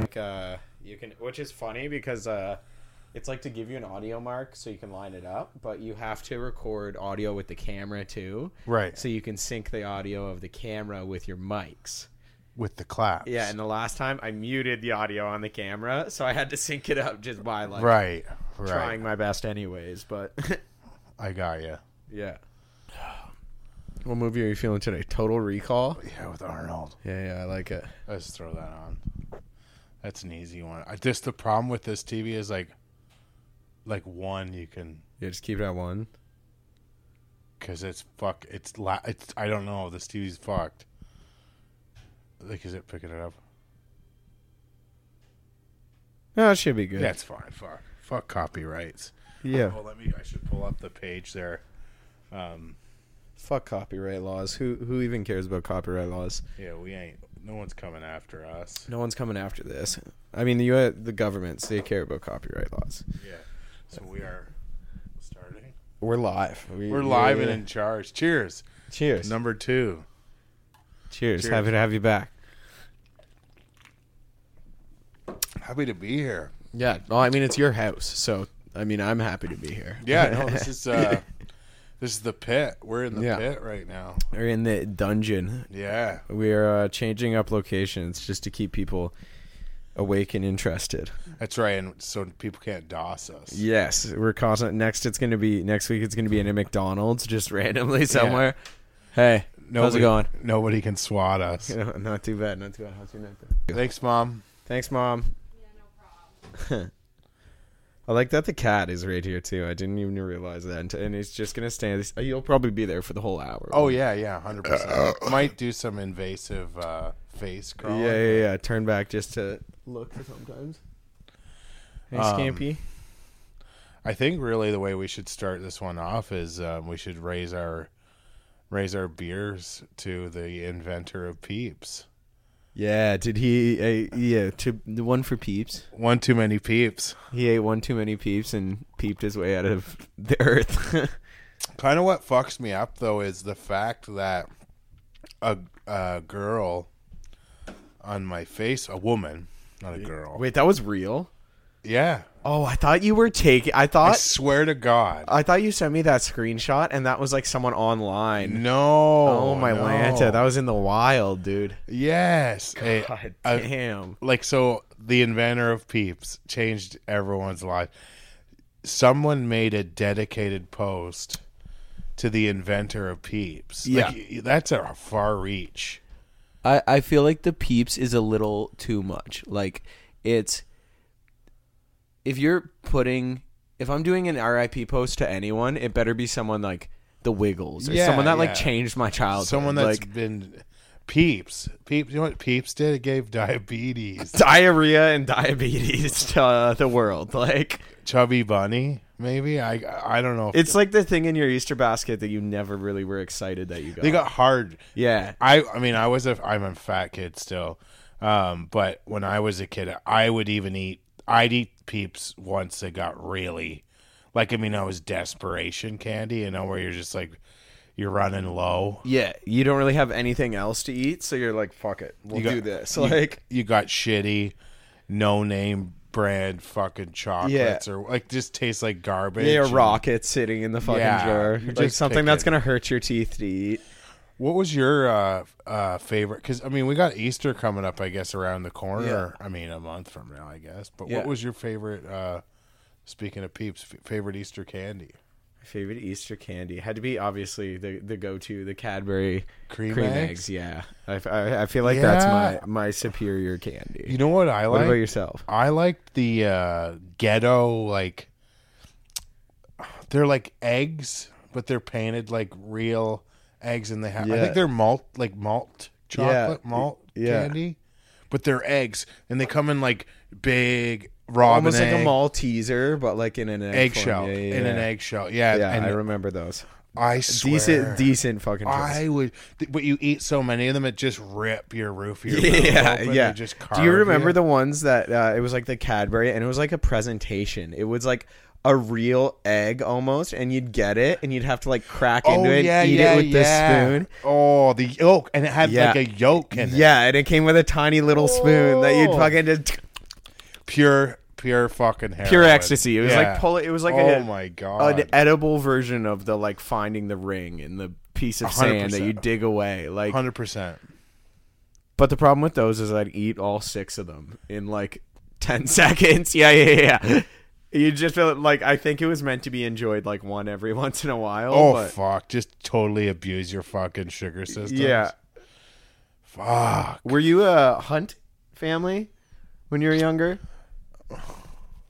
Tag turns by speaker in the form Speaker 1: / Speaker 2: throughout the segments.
Speaker 1: like uh you can which is funny because uh it's like to give you an audio mark so you can line it up, but you have to record audio with the camera too.
Speaker 2: Right.
Speaker 1: So you can sync the audio of the camera with your mics.
Speaker 2: With the claps.
Speaker 1: Yeah, and the last time I muted the audio on the camera, so I had to sync it up just by like
Speaker 2: right. Right.
Speaker 1: trying my best anyways, but
Speaker 2: I got you.
Speaker 1: yeah. What movie are you feeling today? Total Recall?
Speaker 2: Yeah, with Arnold.
Speaker 1: Yeah, yeah, I like it.
Speaker 2: Let's throw that on. That's an easy one. I just the problem with this TV is like, like one you can
Speaker 1: Yeah, just keep it at one.
Speaker 2: because it's fuck. It's la. It's I don't know. This TV's fucked. Like, is it picking it up?
Speaker 1: No, it should be good.
Speaker 2: Yeah, it's fine. Fuck. Fuck copyrights.
Speaker 1: yeah.
Speaker 2: Well, let me. I should pull up the page there. Um.
Speaker 1: Fuck copyright laws. Who who even cares about copyright laws?
Speaker 2: Yeah, we ain't. No one's coming after us.
Speaker 1: No one's coming after this. I mean, the U the governments they care about copyright laws.
Speaker 2: Yeah. So we are starting.
Speaker 1: We're live. We,
Speaker 2: We're live
Speaker 1: yeah.
Speaker 2: and in charge. Cheers.
Speaker 1: cheers.
Speaker 2: Number two.
Speaker 1: cheers.
Speaker 2: cheers.
Speaker 1: Happy to have you back.
Speaker 2: Happy to be here.
Speaker 1: Yeah. Well, I mean, it's your house, so I mean, I'm happy to be here.
Speaker 2: Yeah, no, this is uh this is the pit. We're in the
Speaker 1: Yeah.
Speaker 2: pit right now.
Speaker 1: We're in the dungeon.
Speaker 2: Yeah.
Speaker 1: We are uh, changing up locations just to keep people awake and interested.
Speaker 2: That's right, and so people can't DOS us.
Speaker 1: Yes, we're constant. Next, it's gonna be next week. It's gonna be in a McDonald's just randomly somewhere. Hey, how's it going?
Speaker 2: Nobody can swat us.
Speaker 1: You know, not too bad. Not too bad. How's your night been?
Speaker 2: Thanks, Mom.
Speaker 1: Thanks, mom. I like that the cat is right here too. I didn't even realize that, and, and he's just gonna stay. uh, You'll probably be there for the whole hour.
Speaker 2: Oh yeah, yeah, hundred percent. Might do some invasive uh face crawling.
Speaker 1: yeah, yeah, yeah. Turn back just to look sometimes. Hey,
Speaker 2: Um,
Speaker 1: Scampy.
Speaker 2: I think really the way we should start this one off is um, we should raise our raise our beers to the inventor of peeps.
Speaker 1: Yeah, did he? Uh, yeah, to the one for peeps.
Speaker 2: One too many peeps.
Speaker 1: He ate one too many peeps and peeped his way out of the earth.
Speaker 2: Kind of what fucks me up though is the fact that a, a girl on my face, a woman, not a girl.
Speaker 1: Wait, that was real.
Speaker 2: Yeah,
Speaker 1: Oh, I thought you were taking. I
Speaker 2: I
Speaker 1: thought
Speaker 2: swear to God,
Speaker 1: I thought you sent me that screenshot, and that was like someone online.
Speaker 2: no.
Speaker 1: Oh my
Speaker 2: no.
Speaker 1: Lanta, that was in the wild, dude.
Speaker 2: yes. A-
Speaker 1: God
Speaker 2: a-
Speaker 1: damn.
Speaker 2: like so the inventor of peeps changed everyone's life someone made a dedicated post to the inventor of peeps
Speaker 3: Yeah.
Speaker 2: like, y- that's a far reach
Speaker 3: I, I feel like the peeps is a little too much. Like it's if you're putting if I'm doing an RIP post to anyone, it better be someone like the Wiggles or
Speaker 2: Yeah,
Speaker 3: someone that
Speaker 2: yeah.
Speaker 3: like changed my childhood.
Speaker 2: someone that's
Speaker 3: like
Speaker 2: been peeps peeps you know what peeps did it gave diabetes
Speaker 1: Diarrhea and diabetes to uh, the world. Like
Speaker 2: chubby bunny maybe i i don't know if
Speaker 1: it's like the thing in your Easter basket that you never really were excited that you got.
Speaker 2: they got hard
Speaker 1: yeah.
Speaker 2: I I mean I was a I'm a fat kid still, um, but when I was a kid I would even eat I'd eat Peeps once they got really, like I mean I was desperation candy you know where you're just like you're running low.
Speaker 1: Yeah, you don't really have anything else to eat, so you're like, "Fuck it, we'll
Speaker 2: got-
Speaker 1: do this."
Speaker 2: You-
Speaker 1: Like,
Speaker 2: you, got shitty, no name brand fucking chocolates or like just tastes like garbage.
Speaker 1: yeah, a rocket sitting in the fucking
Speaker 2: Yeah,
Speaker 1: drawer,
Speaker 2: you're
Speaker 1: like
Speaker 2: just
Speaker 1: something that's
Speaker 2: picking.
Speaker 1: gonna hurt your teeth to eat.
Speaker 2: What was your uh, uh, favorite? Because I mean, we got Easter coming up, I guess, around the corner. I mean, a month from now, I guess. But
Speaker 1: Yeah.
Speaker 2: what was your favorite? Uh, speaking of peeps, f- favorite Easter candy?
Speaker 1: Favorite Easter candy had to be obviously the the go to the Cadbury
Speaker 2: Cream eggs?
Speaker 1: Yeah, I, I, I feel like that's
Speaker 2: Yeah.
Speaker 1: my my superior candy.
Speaker 2: You know what I
Speaker 1: what
Speaker 2: like?
Speaker 1: about yourself?
Speaker 2: I liked the uh, ghetto like. They're like eggs, but they're painted like real eggs, and they have. I
Speaker 1: Yeah.
Speaker 2: think they're malt, like malt chocolate malt
Speaker 1: Yeah.
Speaker 2: candy, but they're eggs, and they come in like big raw
Speaker 1: Almost like
Speaker 2: egg.
Speaker 1: a Malteser, but like in an egg
Speaker 2: eggshell
Speaker 1: form. Yeah, yeah,
Speaker 2: in an
Speaker 1: yeah.
Speaker 2: eggshell. Yeah,
Speaker 1: Yeah,
Speaker 2: and
Speaker 1: I
Speaker 2: I,
Speaker 1: remember those.
Speaker 2: swear,
Speaker 1: Decent, decent fucking. Choice.
Speaker 2: I would, th- but you eat so many of them, it just rip your roof. Your mouth
Speaker 1: Yeah,
Speaker 2: open,
Speaker 1: yeah.
Speaker 2: they Just
Speaker 1: Do you
Speaker 2: carve
Speaker 1: remember the ones that uh, it was like the Cadbury, and it was like a presentation. It was like a real egg almost, and you'd get it, and you'd have to like crack
Speaker 2: Oh
Speaker 1: into it,
Speaker 2: yeah,
Speaker 1: eat
Speaker 2: yeah,
Speaker 1: it with
Speaker 2: yeah.
Speaker 1: the spoon.
Speaker 2: Oh, the yolk, and it had
Speaker 1: Yeah.
Speaker 2: like a yolk in it.
Speaker 1: Yeah, and it came with a tiny little spoon that you'd
Speaker 2: Oh.
Speaker 1: fucking just
Speaker 2: pure, pure fucking heroin.
Speaker 1: Pure ecstasy. It was
Speaker 2: Yeah.
Speaker 1: like pull. It was like
Speaker 2: oh
Speaker 1: a,
Speaker 2: my god.
Speaker 1: an edible version of the like finding the ring and the piece of sand that
Speaker 2: 100%.
Speaker 1: you dig away. Like,
Speaker 2: Hundred percent.
Speaker 1: but the problem with those is I'd eat all six of them in like ten seconds. Yeah, yeah, yeah. You just feel like I think it was meant to be enjoyed like one every once in a while.
Speaker 2: Oh
Speaker 1: but
Speaker 2: fuck! Just totally abuse your fucking sugar system.
Speaker 1: yeah.
Speaker 2: Fuck.
Speaker 1: Were you a Hunt family when you were younger?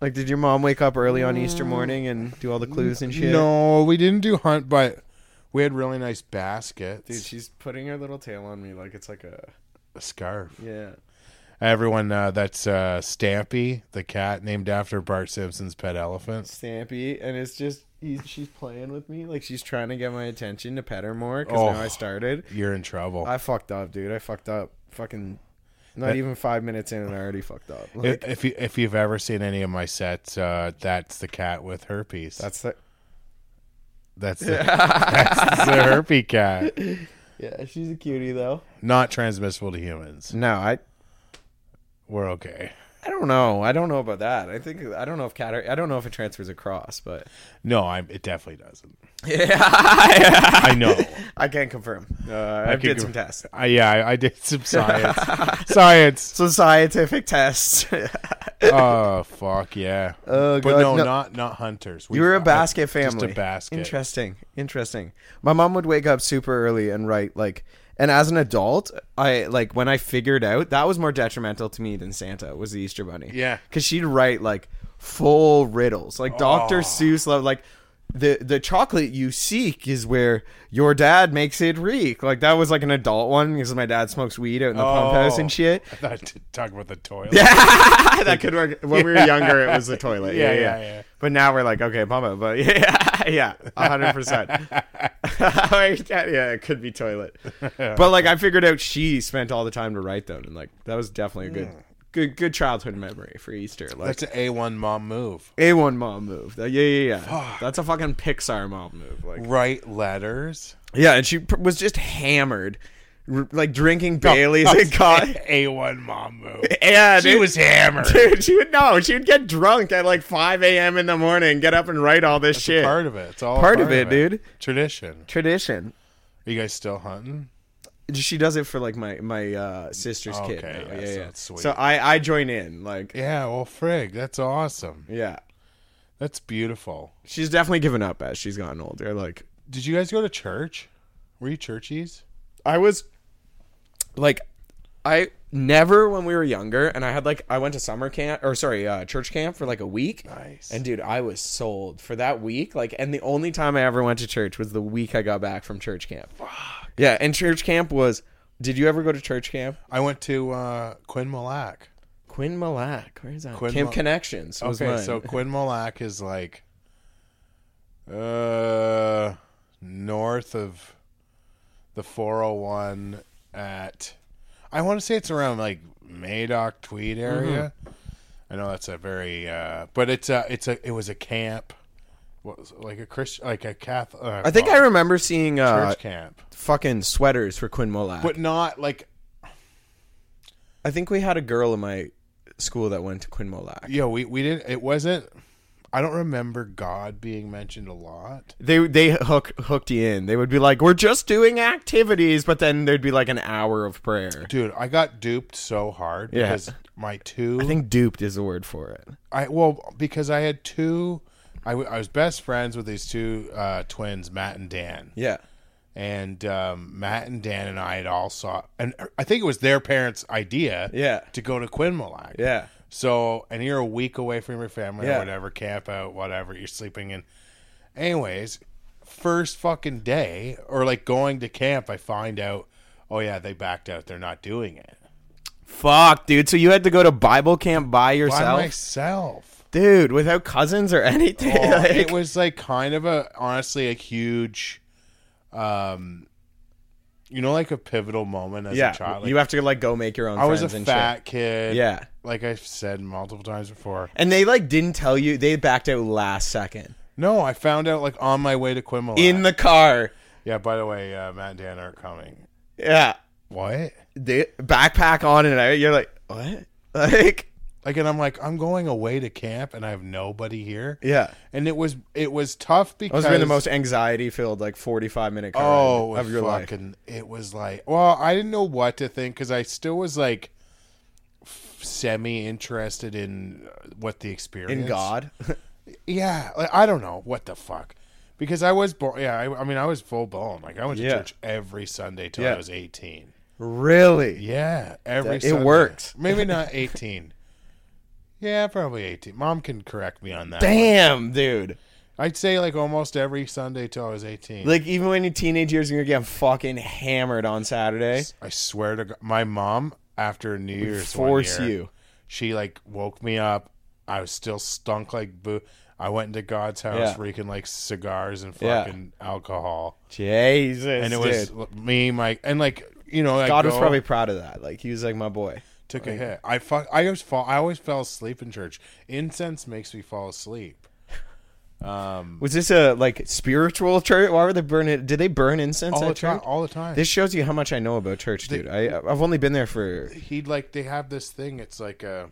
Speaker 1: Like, did your mom wake up early on Easter morning and do all the clues and shit?
Speaker 2: Mm. No, we didn't do hunt, but we had really nice baskets.
Speaker 1: Dude, she's putting her little tail on me like it's like a
Speaker 2: a scarf.
Speaker 1: yeah.
Speaker 2: Everyone, uh, that's uh, Stampy, the cat named after Bart Simpson's pet elephant.
Speaker 1: Stampy, and it's just he's, she's playing with me, like she's trying to get my attention to pet her more because now
Speaker 2: Oh.
Speaker 1: I started.
Speaker 2: You're in trouble.
Speaker 1: I fucked up, dude. I fucked up. Fucking, not even five minutes in, and I already fucked up. Like,
Speaker 2: if, if you if you've ever seen any of my sets, uh, that's the cat with herpes.
Speaker 1: that's the
Speaker 2: that's the, that's the herpy cat.
Speaker 1: yeah. She's a cutie though.
Speaker 2: Not transmissible to humans.
Speaker 1: No, I
Speaker 2: We're okay.
Speaker 1: I don't know. I don't know about that. I think I don't know if cat. I don't know if it transfers across, but
Speaker 2: No, I'm. It definitely doesn't.
Speaker 1: yeah,
Speaker 2: I know.
Speaker 1: I can't confirm. Uh, I,
Speaker 2: can
Speaker 1: did some
Speaker 2: confirm.
Speaker 1: tests.
Speaker 2: I, yeah, I, I did some science. science.
Speaker 1: Some scientific tests.
Speaker 2: Oh fuck yeah.
Speaker 1: Oh,
Speaker 2: but
Speaker 1: God,
Speaker 2: no,
Speaker 1: no.
Speaker 2: not not hunters. We-
Speaker 1: You were a
Speaker 2: I-
Speaker 1: basket family.
Speaker 2: Just a basket.
Speaker 1: Interesting. Interesting. My mom would wake up super early and write like and as an adult, I like when I figured out that was more detrimental to me than Santa was the Easter bunny.
Speaker 2: Yeah.
Speaker 1: Cuz she'd write like full riddles. Like Dr. Seuss love like the the chocolate you seek is where your dad makes it reek. Like that was like an adult one because my dad smokes weed out in the pump house
Speaker 2: Oh.
Speaker 1: and shit.
Speaker 2: I thought to talk about the toilet.
Speaker 1: that could work. When we were younger, it was the toilet.
Speaker 2: Yeah,
Speaker 1: Yeah, yeah,
Speaker 2: yeah, yeah.
Speaker 1: But now we're like, okay, mama, but yeah, yeah, hundred percent. Yeah, it could be toilet. But like, I figured out she spent all the time to write them, and like, that was definitely a good, good, good childhood memory for Easter. Like
Speaker 2: That's an A one mom move.
Speaker 1: a one mom move. That- Yeah, yeah, yeah. That's a fucking Pixar mom move. Like,
Speaker 2: Write letters.
Speaker 1: yeah, and she pr- was just hammered, r- like drinking Bailey's and coffee.
Speaker 2: A one mom move.
Speaker 1: Yeah,
Speaker 2: She
Speaker 1: dude.
Speaker 2: was hammered.
Speaker 1: Dude, she would no. She would get drunk at like 5 a.m. in the morning, get up and write all this shit.
Speaker 2: Part of it. It's all
Speaker 1: Part of it, dude.
Speaker 2: Tradition.
Speaker 1: Tradition.
Speaker 2: Are you guys still hunting?
Speaker 1: She does it for like my my uh, sister's kid.
Speaker 2: Okay,
Speaker 1: now.
Speaker 2: yeah,
Speaker 1: Yeah, yeah.
Speaker 2: so it's sweet.
Speaker 1: So I I join in. Like,
Speaker 2: Yeah. Well, frig. That's awesome.
Speaker 1: yeah,
Speaker 2: That's beautiful.
Speaker 1: she's definitely given up as she's gotten older. Like,
Speaker 2: Did you guys go to church? Were you churchies?
Speaker 1: I was like I never when we were younger and I had like I went to summer camp or sorry, uh, church camp for like a week.
Speaker 2: Nice.
Speaker 1: And dude, I was sold for that week. Like and the only time I ever went to church was the week I got back from church camp. Yeah, and church camp was did you ever go to church camp?
Speaker 2: I went to uh, Quinn Malak.
Speaker 1: Quinn Malak. Where is that?
Speaker 2: Quinn
Speaker 1: camp
Speaker 2: Mil-
Speaker 1: Connections. Was
Speaker 2: Okay,
Speaker 1: mine.
Speaker 2: so Quinn Malak is like uh north of the 401 at I want to say it's around like Madoc Tweed
Speaker 1: Mm-hmm.
Speaker 2: area. I know that's a very uh but it's a it's a it was a camp what was it, like a Christian like a Catholic uh,
Speaker 1: I think I remember seeing
Speaker 2: church
Speaker 1: uh,
Speaker 2: camp.
Speaker 1: fucking sweaters for Quinn Malak.
Speaker 2: But not like
Speaker 1: I think we had a girl in my school that went to Quinn Malak.
Speaker 2: yo we we didn't it wasn't I don't remember God being mentioned a lot.
Speaker 1: they they hook hooked you in. They would be like, "We're just doing activities," but then there'd be like an hour of prayer.
Speaker 2: Dude, I got duped so hard
Speaker 1: Yeah.
Speaker 2: because my two
Speaker 1: I think "duped" is the word for it.
Speaker 2: I well because I had two. I, w- I was best friends with these two uh, twins, Matt and Dan,
Speaker 1: Yeah,
Speaker 2: and um, Matt and Dan and I had all saw, and I think it was their parents' idea,
Speaker 1: Yeah.
Speaker 2: to go to Quinmalak,
Speaker 1: yeah,
Speaker 2: So, and you're a week away from your family or
Speaker 1: Yeah.
Speaker 2: whatever, camp out, whatever you're sleeping in. Anyways, first fucking day or like going to camp, I find out, oh yeah, they backed out, they're not doing it
Speaker 1: fuck, dude. So you had to go to Bible camp by
Speaker 2: by
Speaker 1: yourself,
Speaker 2: myself.
Speaker 1: dude, without cousins or anything.
Speaker 2: Oh,
Speaker 1: Like-
Speaker 2: it was like kind of a honestly a huge um you know like a pivotal moment as
Speaker 1: yeah,
Speaker 2: a child
Speaker 1: you
Speaker 2: Like,
Speaker 1: have to like go make your own.
Speaker 2: i was a
Speaker 1: friends and
Speaker 2: fat
Speaker 1: shit.
Speaker 2: kid
Speaker 1: Yeah.
Speaker 2: like i've said multiple times before
Speaker 1: And they like didn't tell you. They backed out last second
Speaker 2: no i found out like on my way to quimble
Speaker 1: in the car.
Speaker 2: yeah by the way uh, matt and dan aren't coming
Speaker 1: Yeah,
Speaker 2: what
Speaker 1: they backpack on and out. You're like, what? Like,
Speaker 2: Like, and I'm like, I'm going away to camp, and I have nobody here.
Speaker 1: Yeah.
Speaker 2: And it was it was tough
Speaker 1: That was
Speaker 2: because
Speaker 1: been the most anxiety filled like 45 minute car
Speaker 2: oh
Speaker 1: ride of your life.
Speaker 2: fucking, It was like, well, I didn't know what to think because I still was like semi interested in uh, what the experience
Speaker 1: In God.
Speaker 2: Yeah, like, I don't know what the fuck, because I was born. Yeah, I, I mean, I was full blown. Like I went to
Speaker 1: Yeah.
Speaker 2: church every Sunday till I
Speaker 1: Yeah.
Speaker 2: was eighteen.
Speaker 1: really?
Speaker 2: Yeah, every
Speaker 1: That- it
Speaker 2: Sunday.
Speaker 1: works.
Speaker 2: Maybe not eighteen. yeah, probably eighteen. Mom can correct me on that.
Speaker 1: Damn, dude.
Speaker 2: I'd say like almost every Sunday till I was eighteen.
Speaker 1: Like even when you're teenage years and you're getting fucking hammered on Saturday,
Speaker 2: I swear to God, my mom after New Year's one
Speaker 1: force
Speaker 2: year,
Speaker 1: you.
Speaker 2: She like woke me up. I was still stunk like boo. I went into God's house
Speaker 1: Yeah.
Speaker 2: reeking like cigars and
Speaker 1: Yeah.
Speaker 2: fucking alcohol.
Speaker 1: Jesus,
Speaker 2: and it was
Speaker 1: dude.
Speaker 2: l- me, Mike, and like you know, I
Speaker 1: God was
Speaker 2: go,
Speaker 1: probably proud of that. Like he was like my boy.
Speaker 2: took a hit. I fuck, I always fall, I always fell asleep in church. Incense makes me fall asleep. Um,
Speaker 1: Was this a like spiritual church? Why were they burning? Did they burn incense
Speaker 2: all the
Speaker 1: at
Speaker 2: time,
Speaker 1: church?
Speaker 2: all the time.
Speaker 1: This shows you how much I know about church, dude. I I've only been there for
Speaker 2: He'd like they have this thing. It's like a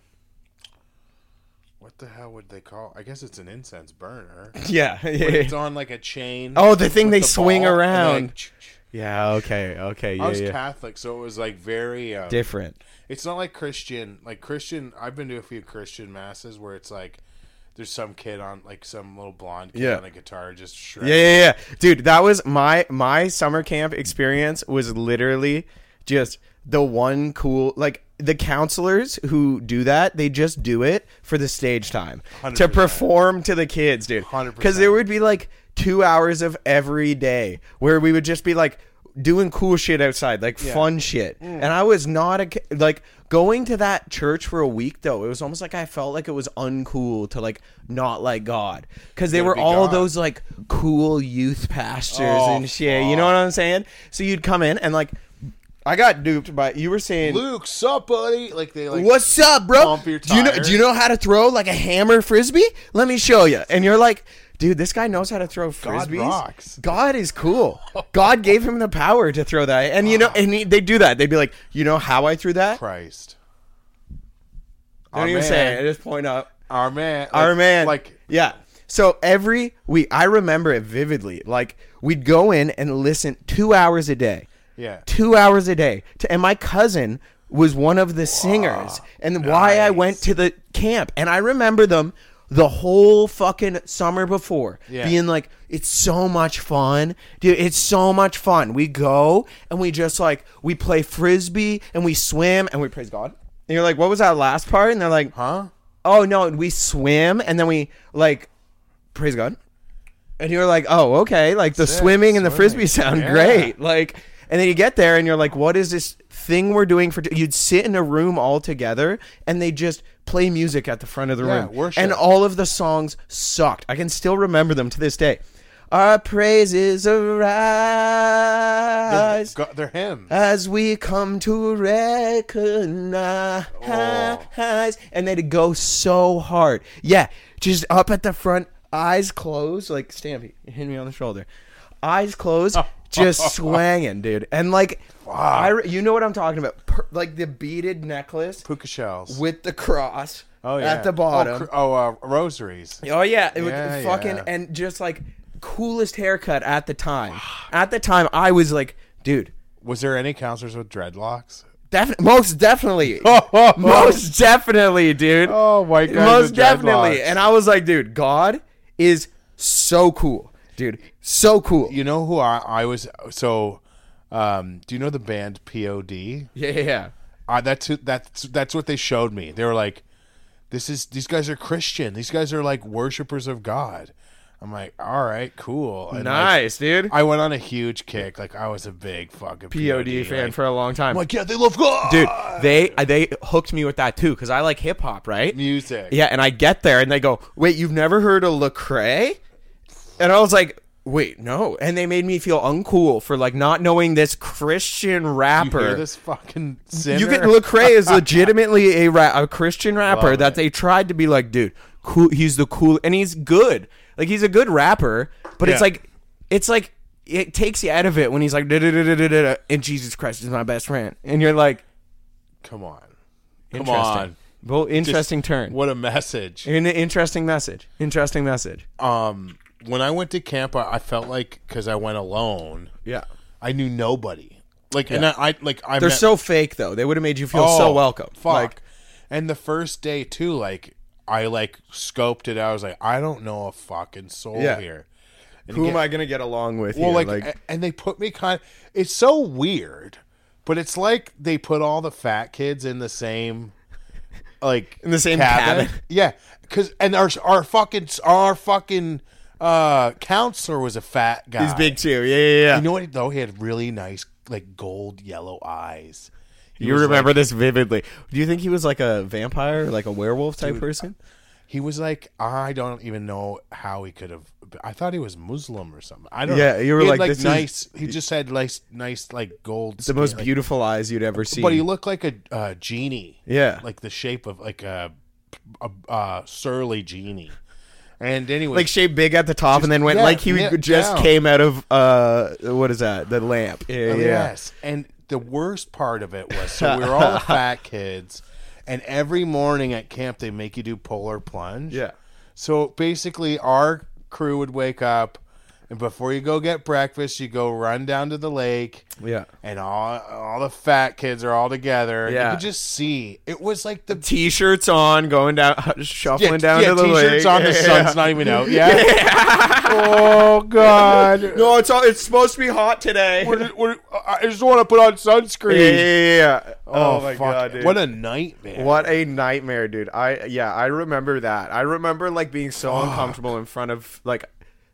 Speaker 2: what the hell would they call? I guess it's an incense burner.
Speaker 1: yeah.
Speaker 2: it's on like a chain.
Speaker 1: Oh, the thing
Speaker 2: with
Speaker 1: they
Speaker 2: the
Speaker 1: swing
Speaker 2: ball, and they're
Speaker 1: around.
Speaker 2: like, ch- ch-
Speaker 1: yeah. Okay. Okay.
Speaker 2: I
Speaker 1: Yeah.
Speaker 2: was
Speaker 1: yeah.
Speaker 2: Catholic, so it was like very um,
Speaker 1: Different.
Speaker 2: it's not like Christian. Like Christian, I've been to a few Christian masses where it's like there's some kid on like some little blonde kid
Speaker 1: Yeah.
Speaker 2: on a guitar just
Speaker 1: Yeah,
Speaker 2: shredding.
Speaker 1: yeah, yeah, dude. That was my my summer camp experience. Was literally just the one cool like the counselors who do that. They just do it for the stage time to
Speaker 2: 100%.
Speaker 1: perform to the kids, dude.
Speaker 2: 100%.
Speaker 1: Because there would be like two hours of every day where we would just be like doing cool shit outside, like fun shit. And I was not a ki- like going to that church for a week though. It was almost like I felt like it was uncool to like not like God because they
Speaker 2: gotta
Speaker 1: were
Speaker 2: be
Speaker 1: all
Speaker 2: God.
Speaker 1: those those, like cool youth pastors
Speaker 2: Oh,
Speaker 1: and shit. You know what I'm saying? So you'd come in and like I got duped by you were saying
Speaker 2: Luke, sup, buddy? Like they like
Speaker 1: What's up, bro?
Speaker 2: Pump
Speaker 1: Do
Speaker 2: your
Speaker 1: you know
Speaker 2: tires.
Speaker 1: do you know how to throw like a hammer frisbee? Let me show you. And you're like, dude, this guy knows how to throw frisbees.
Speaker 2: rocks.
Speaker 1: God is cool. God gave him the power to throw that. And you know and he, they do that. They'd be like, "You know how I threw that?"
Speaker 2: Christ.
Speaker 1: Don't
Speaker 2: Our
Speaker 1: even
Speaker 2: man.
Speaker 1: say it. I just point up.
Speaker 2: Our man. Like,
Speaker 1: our man.
Speaker 2: Like
Speaker 1: yeah. So every week, I remember it vividly. Like we'd go in and listen two hours a day,
Speaker 2: yeah.
Speaker 1: two hours a day. To, and my cousin was one of the singers, and why I went to the camp. And I remember them the whole fucking summer before
Speaker 2: Yeah.
Speaker 1: being like, "It's so much fun, dude! It's so much fun." We go and we just like we play frisbee and we swim and we praise God. And you're like, "What was that last part?" And they're like,
Speaker 2: Huh?
Speaker 1: oh no and we swim and then we like praise god and you're like oh okay like the
Speaker 2: That's it,
Speaker 1: swimming and the
Speaker 2: swimming.
Speaker 1: frisbee sound
Speaker 2: Yeah.
Speaker 1: great like and then you get there and you're like what is this thing we're doing for you'd sit in a room all together and they just play music at the front of the
Speaker 2: Yeah,
Speaker 1: room
Speaker 2: worship.
Speaker 1: and all of the songs sucked i can still remember them to this day our praises arise
Speaker 2: Got their hymn.
Speaker 1: as we come to recognize, and they'd go so hard. Yeah, just up at the front, eyes closed, like Stampy hit me on the shoulder, eyes closed, just swanging, dude. And like, I, re- you know what I'm talking about? Per, like the beaded necklace
Speaker 2: Puka shells.
Speaker 1: with the cross
Speaker 2: oh yeah.
Speaker 1: at the bottom.
Speaker 2: Oh, cr- oh uh, rosaries.
Speaker 1: Oh yeah, it
Speaker 2: Yeah,
Speaker 1: was fucking
Speaker 2: yeah.
Speaker 1: and just like coolest haircut at the time. At the time, I was like, dude.
Speaker 2: Was there any counselors with dreadlocks?
Speaker 1: Defi- most definitely. oh, most definitely, dude.
Speaker 2: Oh, white guys
Speaker 1: Most
Speaker 2: with
Speaker 1: definitely.
Speaker 2: dreadlocks.
Speaker 1: And I was like, dude, God is so cool, dude. So cool.
Speaker 2: You know who I, I was? So, um, do you know the band POD?
Speaker 1: Yeah, yeah, yeah.
Speaker 2: Uh, that's who- that's that's what they showed me. They were like, "This is these guys are Christian. These guys are like worshipers of God." I'm like, "All right, cool." And like,
Speaker 1: Nice, dude.
Speaker 2: I went on a huge kick. Like I was a big fucking
Speaker 1: POD fan
Speaker 2: like-
Speaker 1: for a long time.
Speaker 2: I'm like, yeah, they love God,
Speaker 1: dude, they uh, they hooked me with that too cuz I like hip hop, right?
Speaker 2: Music,
Speaker 1: Yeah, and I get there and they go, "Wait, you've never heard of Lecrae?" And I was like, "Wait, no." And they made me feel uncool for like not knowing this Christian
Speaker 2: You
Speaker 1: rapper.
Speaker 2: hear this fucking sinner?
Speaker 1: You get Lecrae is legitimately a ra- a Christian rapper
Speaker 2: Love
Speaker 1: that
Speaker 2: it.
Speaker 1: they tried to be like, dude, cool. He's the cool, and he's good. Like he's a good rapper, but it's
Speaker 2: Yeah.
Speaker 1: like, it's like it takes you out of it when he's like, "Da-da-da-da-da-da," and Jesus Christ is my best friend, and you're like,
Speaker 2: Come on, come
Speaker 1: Interesting.
Speaker 2: on.
Speaker 1: Well, interesting turn.
Speaker 2: What a message.
Speaker 1: An interesting message. Interesting message.
Speaker 2: Um, when I went to camp, I, I felt like because I went alone,
Speaker 1: Yeah.
Speaker 2: I knew nobody. Like, and I, I like I
Speaker 1: They're
Speaker 2: met-
Speaker 1: so fake though. They would have made you feel so
Speaker 2: Oh,
Speaker 1: welcome.
Speaker 2: Fuck.
Speaker 1: Like
Speaker 2: and the first day too, like I like scoped it. out. I was like, I don't know a fucking soul
Speaker 1: Yeah.
Speaker 2: here. And
Speaker 1: who
Speaker 2: again-
Speaker 1: am I gonna get along with?
Speaker 2: Well,
Speaker 1: here?
Speaker 2: like, eh, a- and they put me kind. it's so weird, but it's like they put all the fat kids in the same, like
Speaker 1: In the same cabin.
Speaker 2: Yeah, because and our our fucking our fucking uh counselor was a fat guy.
Speaker 1: he's big too. Yeah, yeah, yeah.
Speaker 2: You know what? Though he had really nice, like gold yellow eyes. He
Speaker 1: You
Speaker 2: was,
Speaker 1: remember this vividly. Do you think he was like a vampire, like a werewolf type person?
Speaker 2: Like, he was like, I don't even know how he could have. I thought he was Muslim or something. I don't.
Speaker 1: Yeah,
Speaker 2: know.
Speaker 1: you were
Speaker 2: He had,
Speaker 1: like, this is-
Speaker 2: nice. he just had nice, nice like gold.
Speaker 1: The most beautiful eyes you'd ever seen.
Speaker 2: But he looked like a uh, genie.
Speaker 1: Yeah.
Speaker 2: like the shape of like a, a, a surly genie. And anyway,
Speaker 1: like shaved big at the top and then went
Speaker 2: yeah,
Speaker 1: like he
Speaker 2: yeah,
Speaker 1: just
Speaker 2: down. Oh,
Speaker 1: came out of uh what is that? The lamp. Yeah, yeah.
Speaker 2: Yes. And the worst part of it was so we were all the fat kids, and every morning at camp they make you do polar plunge.
Speaker 1: Yeah.
Speaker 2: So basically, our crew would wake up, and before you go get breakfast, you go run down to the lake.
Speaker 1: Yeah.
Speaker 2: And all all the fat kids are all together.
Speaker 1: Yeah.
Speaker 2: You could just see it was like the
Speaker 1: T-shirts on, going down, shuffling
Speaker 2: yeah,
Speaker 1: down
Speaker 2: yeah,
Speaker 1: to the
Speaker 2: t-shirts
Speaker 1: lake.
Speaker 2: on. The
Speaker 1: Yeah.
Speaker 2: sun's not even out. Yeah. oh God.
Speaker 1: No, it's all, it's supposed to be hot today.
Speaker 2: What did- what did- I I just want to put on sunscreen.
Speaker 1: Yeah, yeah, yeah, yeah.
Speaker 2: Oh,
Speaker 1: Oh, my
Speaker 2: fuck.
Speaker 1: god, dude.
Speaker 2: What a nightmare.
Speaker 1: What a nightmare, dude. I yeah, I remember that. I remember like being so uncomfortable in front of like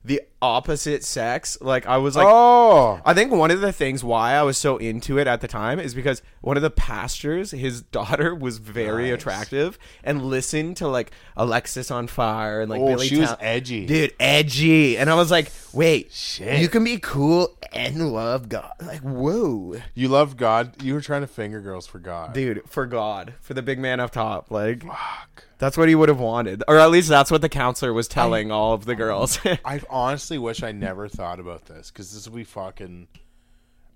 Speaker 1: the opposite sex. Like I was like
Speaker 2: Oh.
Speaker 1: I think one of the things why I was so into it at the time is because one of the pastors, his daughter was very attractive and listened to like Alexis on Fire and like
Speaker 2: Oh,
Speaker 1: Billy
Speaker 2: she was
Speaker 1: Town-
Speaker 2: edgy.
Speaker 1: dude, edgy. And I was like, wait,
Speaker 2: Shit.
Speaker 1: you can be cool and love God. Like, whoa,
Speaker 2: You love God. You were trying to finger girls for God.
Speaker 1: dude, for God, for the big man up top, like
Speaker 2: Fuck.
Speaker 1: that's what he would have wanted, or at least that's what the counselor was telling all of the girls.
Speaker 2: I honestly wish I never thought about this because this will be fucking,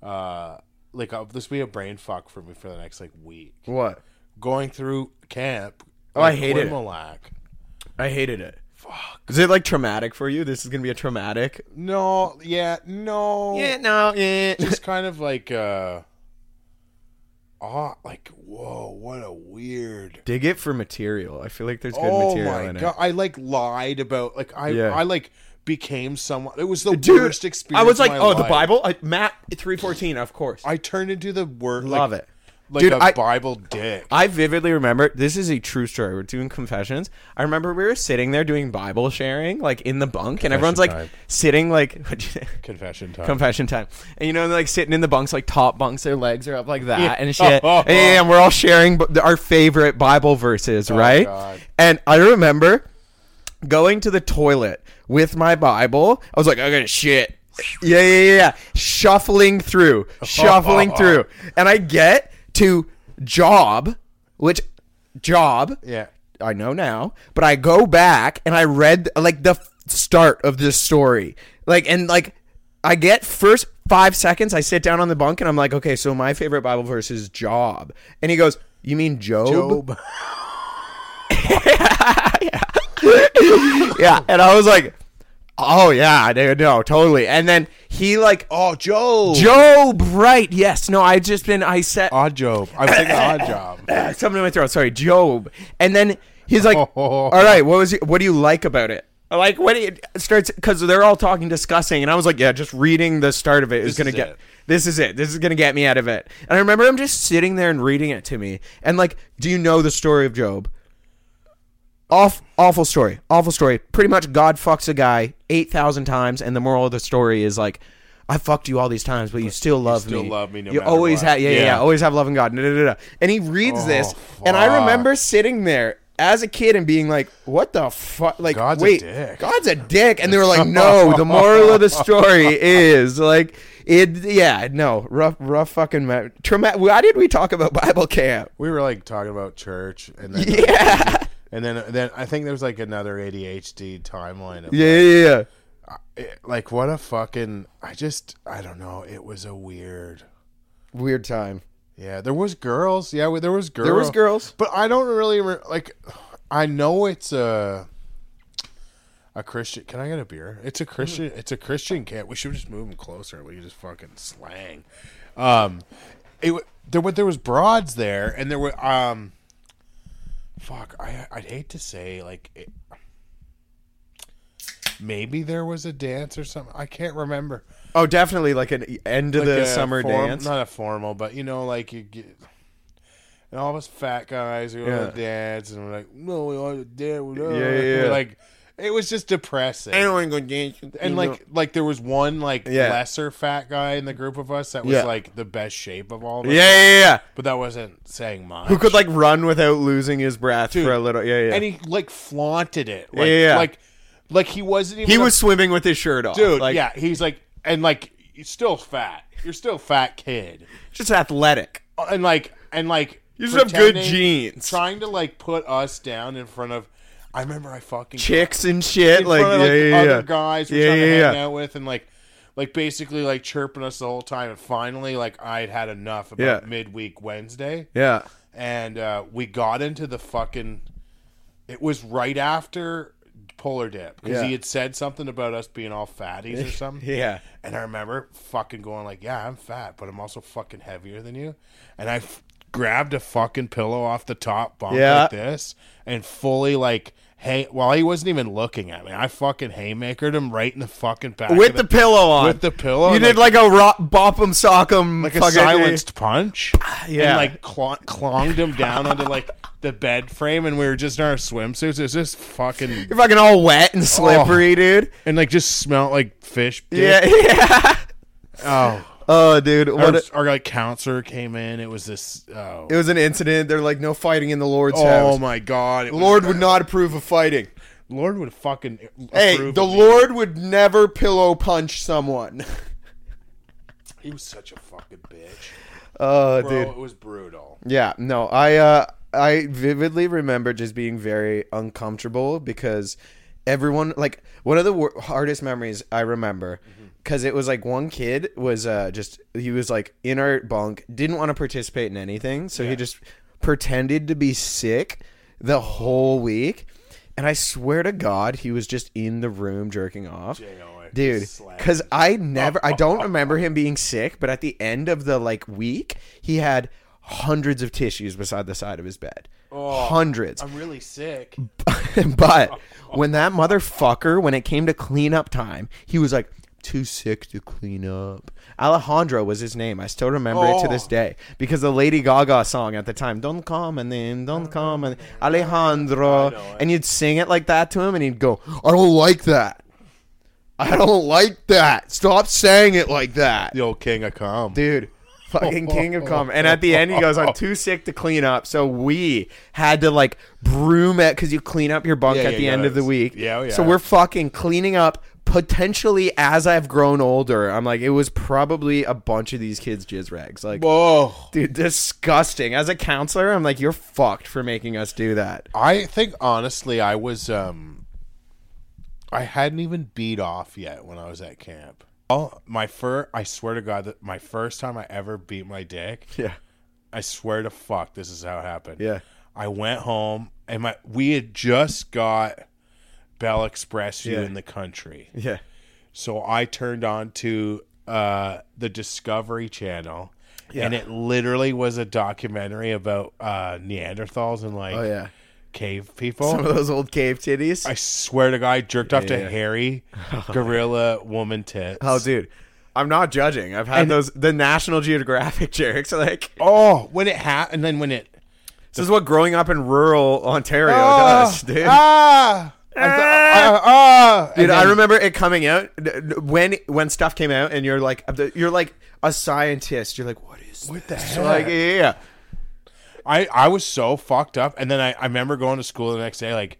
Speaker 2: uh, like uh, this will be a brain fuck for me for the next like week.
Speaker 1: what?
Speaker 2: Going through camp.
Speaker 1: Oh, I
Speaker 2: like,
Speaker 1: hate it.
Speaker 2: Quimalac.
Speaker 1: I hated it. Fuck. Is it like traumatic for you? This is gonna be a traumatic.
Speaker 2: No. Yeah. No.
Speaker 1: no, yeah.
Speaker 2: It's kind of like uh. Aw, like whoa, what a weird
Speaker 1: dig it for material. I feel like there's good
Speaker 2: oh
Speaker 1: material
Speaker 2: my
Speaker 1: in
Speaker 2: god! I like lied about like I
Speaker 1: Yeah.
Speaker 2: I like became someone. It was the
Speaker 1: it. Dude,
Speaker 2: worst experience.
Speaker 1: I was like,
Speaker 2: of my
Speaker 1: oh, the
Speaker 2: life.
Speaker 1: Bible, I, Matt three fourteen, of course. I
Speaker 2: I turned into the word.
Speaker 1: love
Speaker 2: like,
Speaker 1: it.
Speaker 2: like
Speaker 1: Dude,
Speaker 2: a
Speaker 1: I-
Speaker 2: Bible dick.
Speaker 1: I vividly remember this is a true story. We're doing confessions. I remember we were sitting there doing Bible sharing, like in the bunk, and everyone's like
Speaker 2: time.
Speaker 1: sitting like what'd you-
Speaker 2: Confession time.
Speaker 1: confession time, and you know, they're, like sitting in the bunks, like top bunks, their legs are up like that,
Speaker 2: Yeah.
Speaker 1: and shit. and we're all sharing b- our favorite Bible verses, right?
Speaker 2: Oh, God.
Speaker 1: And I remember going to the toilet with my Bible. I was like, I gotta shit. Yeah, yeah, yeah, yeah. Shuffling through, shuffling through. And I get to job, which job
Speaker 2: yeah.
Speaker 1: I know now, but I go back and I read like the f- start of this story. Like, and like, I get first five seconds, I sit down on the bunk and I'm like, okay, so my favorite Bible verse is Job. And he goes, You mean Job?
Speaker 2: Job.
Speaker 1: Yeah. And I was like, Oh, yeah, dude, no, totally. And then he, like,
Speaker 2: Oh, Job.
Speaker 1: Job, right. Yes. No, I've just been, I said,
Speaker 2: Odd Job. I was thinking Odd Job.
Speaker 1: something in my throat. Sorry, Job. And then he's like, "All right, what was? It, what do you like about it?" Like what it starts because they're all talking, discussing, and I was like, "Yeah, just reading the start of it is gonna
Speaker 2: is
Speaker 1: get
Speaker 2: it.
Speaker 1: this is it. This is gonna get me out of it." And I remember him just sitting there and reading it to me, and like, "Do you know the story of Job?" Awful, awful story. Awful story. Pretty much, God fucks a guy eight thousand times, and the moral of the story is like, I fucked you all these times, but you still love
Speaker 2: still
Speaker 1: me.
Speaker 2: love me no
Speaker 1: you
Speaker 2: matter
Speaker 1: always
Speaker 2: what."
Speaker 1: have, yeah, yeah,
Speaker 2: Yeah.
Speaker 1: yeah, always have love in God. Da, da, da, da. And he reads this, and I
Speaker 2: Oh, fuck.
Speaker 1: remember sitting there as a kid and being like, "What the fuck? Like,
Speaker 2: God's a
Speaker 1: wait,
Speaker 2: dick.
Speaker 1: God's a dick." And they were like, "No, the moral of the story is like." It yeah no rough rough fucking ma- trauma- why did we talk about Bible camp
Speaker 2: We were like talking about church, and then
Speaker 1: yeah
Speaker 2: and then then I think there's like another ADHD timeline. Of,
Speaker 1: yeah yeah, yeah.
Speaker 2: it- like what a fucking. I just I don't know. It was a weird.
Speaker 1: weird time
Speaker 2: Yeah, there was girls. Yeah, there was girls.
Speaker 1: There was girls.
Speaker 2: But I don't really remember. Like, I know it's a a Christian. Can I get a beer? It's a Christian.
Speaker 1: Mm.
Speaker 2: It's a Christian camp. We should just move them closer. We could just fucking slang. Um, it wa- there were there was broads there, and there were um. Fuck, I I'd hate to say like. It, Maybe there was a dance or something. I can't remember.
Speaker 1: Oh, definitely like an end of
Speaker 2: Like
Speaker 1: the
Speaker 2: a
Speaker 1: summer
Speaker 2: form-
Speaker 1: dance.
Speaker 2: Not a formal, but you know, like you get. And all us fat guys who
Speaker 1: Yeah.
Speaker 2: want to dance, and we're like, no, we want to dance. we don't."
Speaker 1: Yeah, yeah, yeah.
Speaker 2: Like, it was just depressing. And,
Speaker 1: want to go dance.
Speaker 2: like, like there was one like
Speaker 1: Yeah.
Speaker 2: lesser fat guy in the group of us that was
Speaker 1: Yeah.
Speaker 2: like the best shape of all of us.
Speaker 1: yeah, yeah, yeah, yeah.
Speaker 2: but that wasn't saying much.
Speaker 1: Who could like run without losing his breath for a little? Yeah, yeah.
Speaker 2: And he like flaunted it. Like,
Speaker 1: Yeah, yeah.
Speaker 2: like, like he wasn't even.
Speaker 1: he
Speaker 2: a
Speaker 1: was swimming with his shirt off,
Speaker 2: dude.
Speaker 1: Like,
Speaker 2: yeah, he's like, and like, you're still fat. You're still a fat kid.
Speaker 1: just athletic.
Speaker 2: Uh, and like and like
Speaker 1: You just have good
Speaker 2: pretending-
Speaker 1: genes.
Speaker 2: trying to like put us down in front of i remember i fucking
Speaker 1: Chicks and shit,
Speaker 2: in
Speaker 1: like,
Speaker 2: front of,
Speaker 1: yeah, yeah,
Speaker 2: other
Speaker 1: yeah.
Speaker 2: guys we're
Speaker 1: Yeah,
Speaker 2: trying
Speaker 1: yeah,
Speaker 2: to hang
Speaker 1: yeah.
Speaker 2: out with and like like basically like chirping us the whole time and finally like i'd had enough about
Speaker 1: Yeah.
Speaker 2: midweek wednesday
Speaker 1: yeah.
Speaker 2: and uh we got into the fucking it was right after polar dip because
Speaker 1: Yeah.
Speaker 2: he had said something about us being all fatties or something
Speaker 1: Yeah.
Speaker 2: and I remember fucking going like, "Yeah, I'm fat, but I'm also fucking heavier than you." And I f- grabbed a fucking pillow off the top bunk
Speaker 1: Yeah.
Speaker 2: like this, and fully like, hey, while he wasn't even looking at me, I fucking haymakered him right in the fucking back
Speaker 1: With
Speaker 2: of
Speaker 1: the pillow on.
Speaker 2: with the pillow.
Speaker 1: You
Speaker 2: and,
Speaker 1: did like a rock, bop 'em, sock 'em,
Speaker 2: like a
Speaker 1: fucking- Ah,
Speaker 2: silenced punch.
Speaker 1: Yeah.
Speaker 2: And like clon clonged him down onto like the bed frame, and we were just in our swimsuits. It was just fucking
Speaker 1: You're fucking all wet
Speaker 2: Oh.
Speaker 1: and slippery, dude.
Speaker 2: and like just smelled like fish.
Speaker 1: Yeah,
Speaker 2: dick.
Speaker 1: yeah.
Speaker 2: Oh.
Speaker 1: Oh, dude, what?
Speaker 2: Our,
Speaker 1: A,
Speaker 2: our like counselor came in. It was this. Oh.
Speaker 1: it was an incident. They're like, no fighting in the Lord's
Speaker 2: Oh
Speaker 1: house.
Speaker 2: my God! It
Speaker 1: The
Speaker 2: was-
Speaker 1: Lord would not approve of fighting.
Speaker 2: Lord would fucking.
Speaker 1: Hey,
Speaker 2: approve
Speaker 1: the
Speaker 2: of me.
Speaker 1: Lord would never pillow punch someone.
Speaker 2: He was such a fucking bitch,
Speaker 1: Oh,
Speaker 2: bro.
Speaker 1: dude.
Speaker 2: It was brutal.
Speaker 1: Yeah, no, I uh, I vividly remember just being very uncomfortable because everyone like one of the wor- hardest memories I remember because it was like one kid was uh just he was like in our bunk didn't want to participate in anything so he just pretended to be sick the whole week and I swear to God he was just in the room jerking off
Speaker 2: J.O.A.
Speaker 1: dude
Speaker 2: slammed.
Speaker 1: because i never i don't remember him being sick but at the end of the like week he had hundreds of tissues beside the side of his bed hundreds
Speaker 2: I'm really sick.
Speaker 1: but when that motherfucker when it came to clean up time he was like too sick to clean up alejandro was his name i still remember it to this
Speaker 2: Oh.
Speaker 1: day because the lady gaga song at the time don't come and then don't come and alejandro and you'd sing it like that to him and he'd go i don't like that i don't like that stop saying it like that
Speaker 2: The old king of calm.
Speaker 1: dude fucking king of cum and at the end he goes i'm too sick to clean up so we had to like broom it because you clean up your bunk
Speaker 2: Yeah,
Speaker 1: at
Speaker 2: yeah,
Speaker 1: the
Speaker 2: yeah,
Speaker 1: end of the
Speaker 2: it's-
Speaker 1: week
Speaker 2: yeah, oh,
Speaker 1: so
Speaker 2: yeah.
Speaker 1: we're fucking cleaning up potentially as i've grown older i'm like it was probably a bunch of these kids jizz rags like
Speaker 2: Whoa.
Speaker 1: dude disgusting as a counselor i'm like you're fucked for making us do that
Speaker 2: I think honestly, I was um, I hadn't even beat off yet when I was at camp. Oh, my fur! I swear to God that my first time I ever beat my dick.
Speaker 1: yeah
Speaker 2: I swear to fuck, this is how it happened.
Speaker 1: Yeah.
Speaker 2: I went home and my we had just got Bell Express you
Speaker 1: Yeah.
Speaker 2: in the country.
Speaker 1: yeah
Speaker 2: So I turned on to uh the Discovery Channel. And it literally was a documentary about uh Neanderthals and like
Speaker 1: oh yeah
Speaker 2: cave people.
Speaker 1: some of those old cave titties
Speaker 2: I swear to God, I jerked off to
Speaker 1: Yeah.
Speaker 2: hairy gorilla woman tits.
Speaker 1: oh dude i'm not judging i've had those the national geographic jerks like
Speaker 2: Oh, when it happened, and then when it oh,
Speaker 1: This is what growing up in rural Ontario does, Oh, dude.
Speaker 2: ah, I thought- ah, ah, and
Speaker 1: Dude, I
Speaker 2: then-
Speaker 1: remember it coming out d- d- when when stuff came out, and you're like, uh, you're like a scientist. You're like, what is
Speaker 2: What the
Speaker 1: this?
Speaker 2: heck?
Speaker 1: Like, yeah, yeah, yeah.
Speaker 2: I, I was so fucked up. And then I, I remember going to school the next day, like,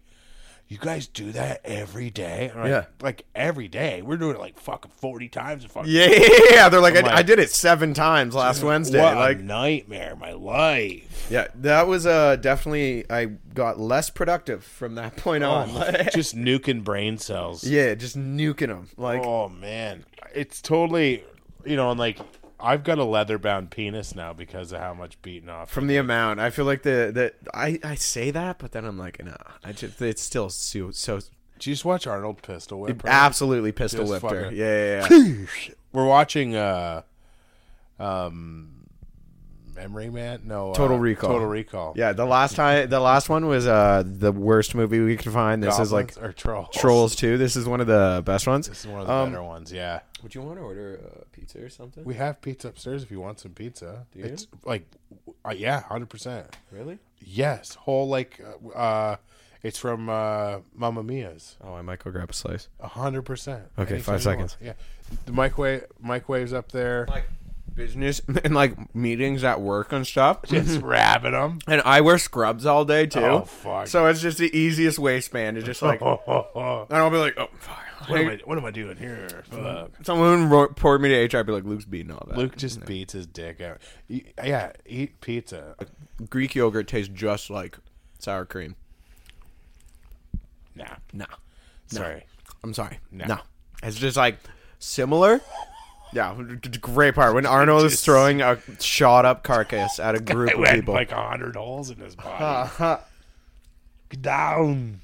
Speaker 2: you guys do that every day? And I'm like,
Speaker 1: Yeah.
Speaker 2: Like, every day. We're doing it like fucking 40 times a fucking
Speaker 1: yeah, yeah, yeah, yeah. They're like, I,
Speaker 2: like-
Speaker 1: I did it seven times last Wednesday.
Speaker 2: What
Speaker 1: like,
Speaker 2: a nightmare, my life.
Speaker 1: yeah, that was uh definitely. I got less productive from that point on. Like,
Speaker 2: Just nuking brain cells.
Speaker 1: yeah, just nuking them. Like,
Speaker 2: Oh, man. It's totally, you know, and like, I've got a leather bound penis now because of how much beaten off.
Speaker 1: from the amount. I feel like the the I, I say that, but then I'm like, nah. I just it's still so so
Speaker 2: Did you just watch Arnold Pistol Whip? right?
Speaker 1: absolutely pistol
Speaker 2: Just
Speaker 1: whipped her.
Speaker 2: fucking-
Speaker 1: Yeah, yeah, yeah.
Speaker 2: We're watching uh um Memory Man? No, uh,
Speaker 1: Total Recall.
Speaker 2: Total Recall.
Speaker 1: yeah. The last time, the last one was uh the worst movie we could find. This
Speaker 2: Goblins
Speaker 1: is like
Speaker 2: or trolls.
Speaker 1: Trolls Um, too. This is one of the best ones.
Speaker 2: This is one of the better ones, yeah.
Speaker 1: Would you want to order a pizza or something?
Speaker 2: We have pizza upstairs if you want some pizza.
Speaker 1: you?
Speaker 2: It's like uh, yeah, 100%.
Speaker 1: Really?
Speaker 2: Yes, whole like uh, uh it's from uh Mamma Mia's.
Speaker 1: Oh, I might go grab a slice.
Speaker 2: A 100%.
Speaker 1: Okay, five
Speaker 2: Anytime you
Speaker 1: seconds.
Speaker 2: want. Yeah. The microwave microwave's up there.
Speaker 1: Like business and like meetings at work and stuff.
Speaker 2: Just rabbit them.
Speaker 1: And I wear scrubs all day too.
Speaker 2: Oh, fuck.
Speaker 1: So it's just the easiest waistband to just like and I'll be like, oh fuck.
Speaker 2: What am, I, what am I doing here? Fuck.
Speaker 1: Someone ro- poured me to HR. I'd be like, Luke's beating all that.
Speaker 2: Luke just beats his dick out. E- Yeah, eat pizza.
Speaker 1: Greek yogurt tastes just like sour cream.
Speaker 2: Nah,
Speaker 1: No,
Speaker 2: sorry.
Speaker 1: I'm sorry.
Speaker 2: No.
Speaker 1: No. It's just like similar. Yeah, g- g- great part when Arnold is throwing a shot up carcass at a group
Speaker 2: It
Speaker 1: of
Speaker 2: went
Speaker 1: people.
Speaker 2: like a hundred holes in his body.
Speaker 1: "Uh-huh,
Speaker 2: Get Down.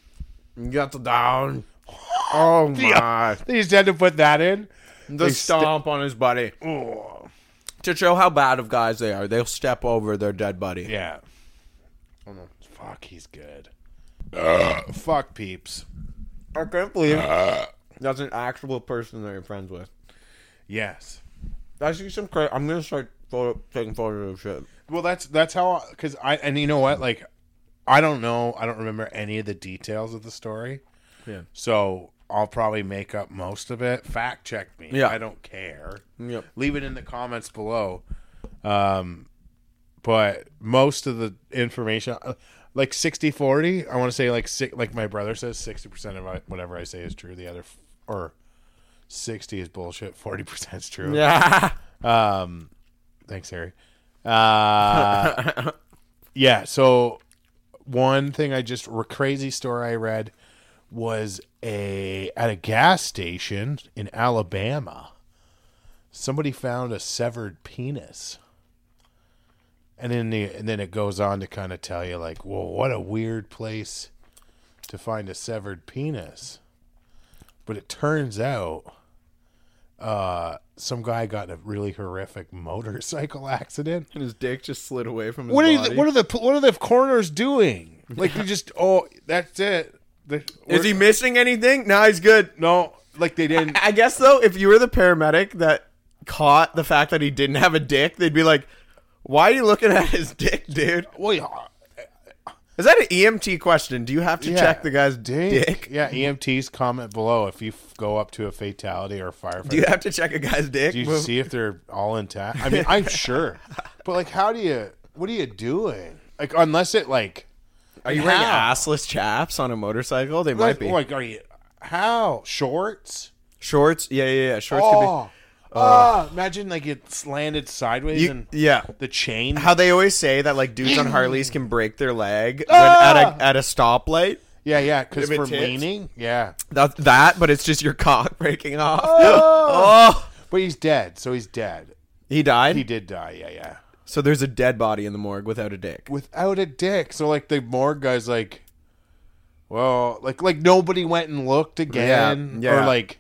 Speaker 1: Get down. Oh my.
Speaker 2: They just had to put that in.
Speaker 1: The stomp on his body.
Speaker 2: Oh.
Speaker 1: To show how bad of guys they are, they'll step over their dead buddy.
Speaker 2: Yeah. Oh, Fuck, he's good. Fuck peeps.
Speaker 1: I can't believe that's an actual person that you're friends with.
Speaker 2: Yes.
Speaker 1: That's just some crazy. I'm gonna start photo- taking photos of shit.
Speaker 2: Well, that's that's how because I and you know what like I don't know I don't remember any of the details of the story.
Speaker 1: Yeah.
Speaker 2: So I'll probably make up most of it. Fact check me.
Speaker 1: Yeah.
Speaker 2: I don't care.
Speaker 1: Yep.
Speaker 2: Leave it in the comments below. Um, but most of the information, uh, like 60 40, I want to say like si- like my brother says, sixty percent of I- whatever I say is true. The other f- or sixty is bullshit. Forty percent is true.
Speaker 1: Yeah.
Speaker 2: Um, thanks, Harry. Uh, yeah. So one thing I just r- crazy story I read was a at a gas station in Alabama. Somebody found a severed penis. And then the, and then it goes on to kind of tell you like, well, what a weird place to find a severed penis. But it turns out uh, some guy got in a really horrific motorcycle accident.
Speaker 1: And his dick just slid away from his
Speaker 2: What
Speaker 1: body.
Speaker 2: are the, what are the what are the coroners doing? Like they just oh that's it. The-
Speaker 1: Is he missing anything? No, he's good.
Speaker 2: no? Like they didn't.
Speaker 1: I guess though, if you were the paramedic that caught the fact that he didn't have a dick, they'd be like, "Why are you looking at his dick, dude?"
Speaker 2: Well, yeah,
Speaker 1: Is that an EMT question? Do you have to
Speaker 2: Yeah.
Speaker 1: check the guy's dick?
Speaker 2: yeah. EMTs comment below if you f- go up to a fatality or a firefighter.
Speaker 1: Do you have to check a guy's dick?
Speaker 2: Do you
Speaker 1: Well,
Speaker 2: see if they're all intact? I mean, I'm sure, but like, how do you? What are you doing? Like, unless it like,
Speaker 1: Are you wearing
Speaker 2: How?
Speaker 1: assless chaps on a motorcycle? They might
Speaker 2: like,
Speaker 1: be
Speaker 2: like, are you? How shorts?
Speaker 1: shorts. Yeah, yeah, yeah. Shorts
Speaker 2: Oh, oh, imagine like it slanted
Speaker 1: could
Speaker 2: sideways
Speaker 1: be. You-
Speaker 2: and
Speaker 1: yeah.
Speaker 2: the chain.
Speaker 1: How they always say that like dudes on Harleys can break their leg when at
Speaker 2: Ah!
Speaker 1: a at a stoplight.
Speaker 2: yeah, yeah, because
Speaker 1: If it
Speaker 2: for
Speaker 1: tips.
Speaker 2: leaning, yeah.
Speaker 1: That, that, but it's just your cock breaking off.
Speaker 2: Ah!
Speaker 1: oh.
Speaker 2: But he's dead, so he's dead.
Speaker 1: He died.
Speaker 2: He did die, yeah, yeah.
Speaker 1: So there's a dead body in the morgue without a dick.
Speaker 2: Without a dick, so like the morgue guy's like, well, like like nobody went and looked again,
Speaker 1: Yeah, yeah.
Speaker 2: or like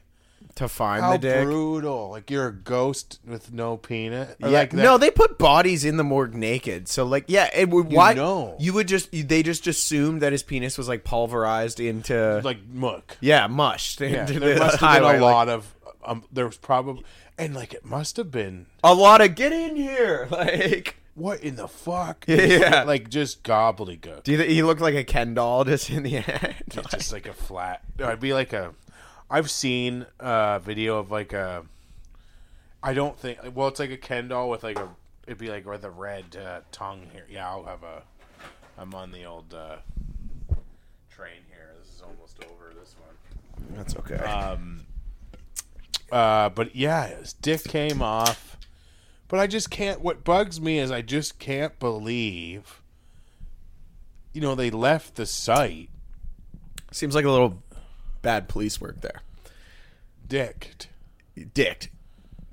Speaker 1: To find
Speaker 2: how
Speaker 1: the dick.
Speaker 2: brutal, like you're a ghost with no penis. Or
Speaker 1: yeah,
Speaker 2: like that-
Speaker 1: no, they put bodies in the morgue naked. So like, yeah, it would.
Speaker 2: You
Speaker 1: why?
Speaker 2: know.
Speaker 1: You would just. You, they just assumed that his penis was like pulverized into.
Speaker 2: like muck.
Speaker 1: yeah, mushed
Speaker 2: Yeah,
Speaker 1: into
Speaker 2: there
Speaker 1: the
Speaker 2: must have
Speaker 1: highway.
Speaker 2: been a
Speaker 1: like,
Speaker 2: lot of. Um, there was probably and like it must have been
Speaker 1: a lot of get in here. Like,
Speaker 2: what in the fuck?
Speaker 1: Yeah.
Speaker 2: like just gobbledygook.
Speaker 1: do you think he looked like a Ken doll just in the end?
Speaker 2: It's just like a flat. No, it'd be like a. I've seen a video of like a. I don't think. Well, it's like a Ken doll with like a. It'd be like with a red uh, tongue here. Yeah, I'll have a. I'm on the old uh, train here. This is almost over. This one.
Speaker 1: That's okay.
Speaker 2: Uh, but yeah, his dick came off. But I just can't. What bugs me is I just can't believe. You know they left the site
Speaker 1: Seems like a little bad police work there.
Speaker 2: dicked.
Speaker 1: Dicked.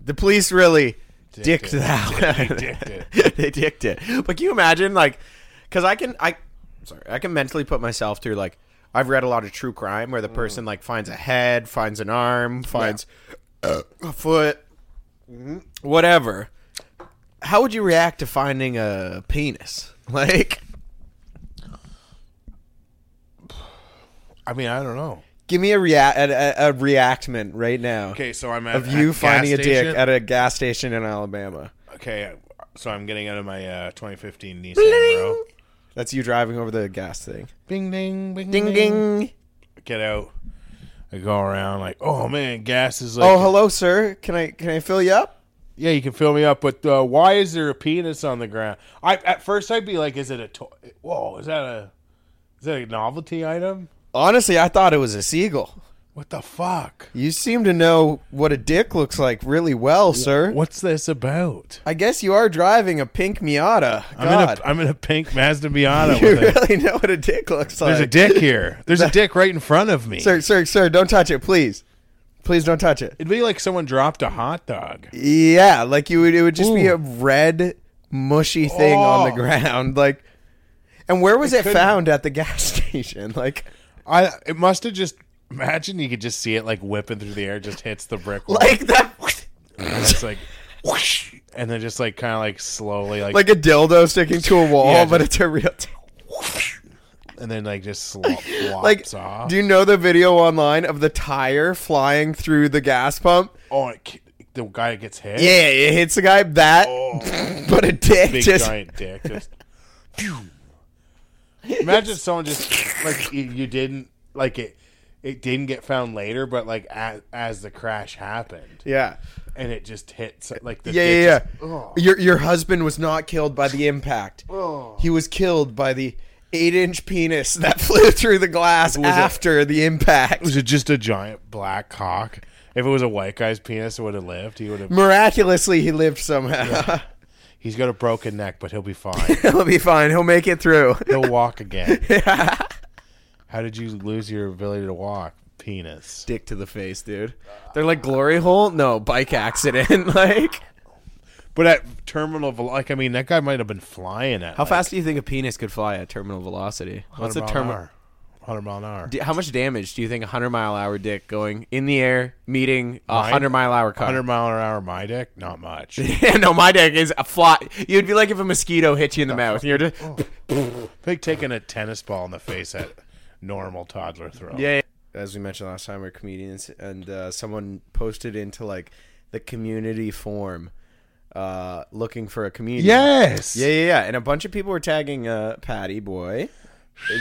Speaker 1: The police really dicked
Speaker 2: Dicked it.
Speaker 1: that. one.
Speaker 2: dicked it.
Speaker 1: they dicked it. But can you imagine, like, because I can, I, sorry, I can mentally put myself through like, I've read a lot of true crime
Speaker 2: Mm.
Speaker 1: where the person like finds a head, finds an arm, finds a foot, whatever. How would you react to finding a penis? Like,
Speaker 2: I mean, I don't know.
Speaker 1: give me a react, a, a, a reactment right now
Speaker 2: Okay, so I'm at
Speaker 1: of you
Speaker 2: at gas
Speaker 1: finding a dick
Speaker 2: station.
Speaker 1: at a gas station in Alabama.
Speaker 2: okay, so I'm getting out of my uh, 2015 Nissan Rogue.
Speaker 1: That's you driving over the gas thing.
Speaker 2: Bing ding, bing
Speaker 1: Ding ding.
Speaker 2: Get out. I go around like, oh man, gas is like.
Speaker 1: Oh, hello, sir. Can I can I fill you up?
Speaker 2: Yeah, you can fill me up, but uh, why is there a penis on the ground? I at first I'd be like, is it a toy? Whoa, is that a is that a novelty item?
Speaker 1: Honestly, I thought it was a seagull.
Speaker 2: What the fuck?
Speaker 1: You seem to know what a dick looks like really well, sir.
Speaker 2: What's this about?
Speaker 1: I guess you are driving a pink Miata.
Speaker 2: I'm in
Speaker 1: God,
Speaker 2: a I'm in a pink Mazda Miata.
Speaker 1: you
Speaker 2: with a,
Speaker 1: really know what a dick looks like.
Speaker 2: there's a dick here. There's a dick right in front of me.
Speaker 1: Sir, sir, sir, don't touch it, please. Please don't touch it.
Speaker 2: It'd be like someone dropped a hot dog.
Speaker 1: Yeah, like you would. It would just be
Speaker 2: Ooh.
Speaker 1: a red, mushy thing on the
Speaker 2: Oh.
Speaker 1: ground. Like, and where was it
Speaker 2: couldn't-
Speaker 1: found at the gas station? Like,
Speaker 2: I it must have just imagine you could just see it like whipping through the air, just hits the brick wall,
Speaker 1: like that.
Speaker 2: and it's like, whoosh, and then just like kind of like slowly like,
Speaker 1: like a dildo sticking to a wall,
Speaker 2: Yeah,
Speaker 1: but it's a real.
Speaker 2: whoosh, and then like just slop, flops
Speaker 1: like,
Speaker 2: off.
Speaker 1: do you know the video online of the tire flying through the gas pump?
Speaker 2: oh, it, ki- the guy gets hit.
Speaker 1: Yeah, it hits the guy that,
Speaker 2: Oh,
Speaker 1: but a dick
Speaker 2: big
Speaker 1: just.
Speaker 2: giant dick. Just, phew. Imagine someone just like you, you didn't like it. It didn't get found later, but like as, as the crash happened,
Speaker 1: Yeah,
Speaker 2: and it just hits like the
Speaker 1: yeah,
Speaker 2: dick
Speaker 1: yeah. yeah.
Speaker 2: just- oh.
Speaker 1: Your your husband was not killed by the impact.
Speaker 2: Oh.
Speaker 1: He was killed by the eight inch penis that flew through the glass after the impact.
Speaker 2: Was it just a giant black cock? If it was a white guy's penis, it would have lived. He would have.
Speaker 1: Miraculously, he lived somehow.
Speaker 2: He's got a broken neck, but he'll be fine.
Speaker 1: He'll be fine. He'll make it through.
Speaker 2: He'll walk again. How did you lose your ability to walk? Penis.
Speaker 1: Dick to the face, dude. They're like glory hole. No bike accident. like.
Speaker 2: But at terminal, vel- like I mean, that guy might have been flying at
Speaker 1: How fast do you think a penis could fly at terminal velocity? What's a terminal?
Speaker 2: Hundred mile an hour.
Speaker 1: How much damage do you think a hundred mile an hour dick going in the air meeting a
Speaker 2: Mine?
Speaker 1: hundred mile an hour car?
Speaker 2: Hundred mile an hour. My dick, not much.
Speaker 1: uh, Yeah, no, my dick is a fly. You'd be like if a mosquito hit you in the mouth. You're just
Speaker 2: like taking a tennis ball in the face at normal toddler throw.
Speaker 1: yeah. As we mentioned last time, we're comedians, and uh, someone posted into like the community form, uh, looking for a comedian.
Speaker 2: Yes.
Speaker 1: yeah, yeah, yeah. And a bunch of people were tagging uh, Patty Boy.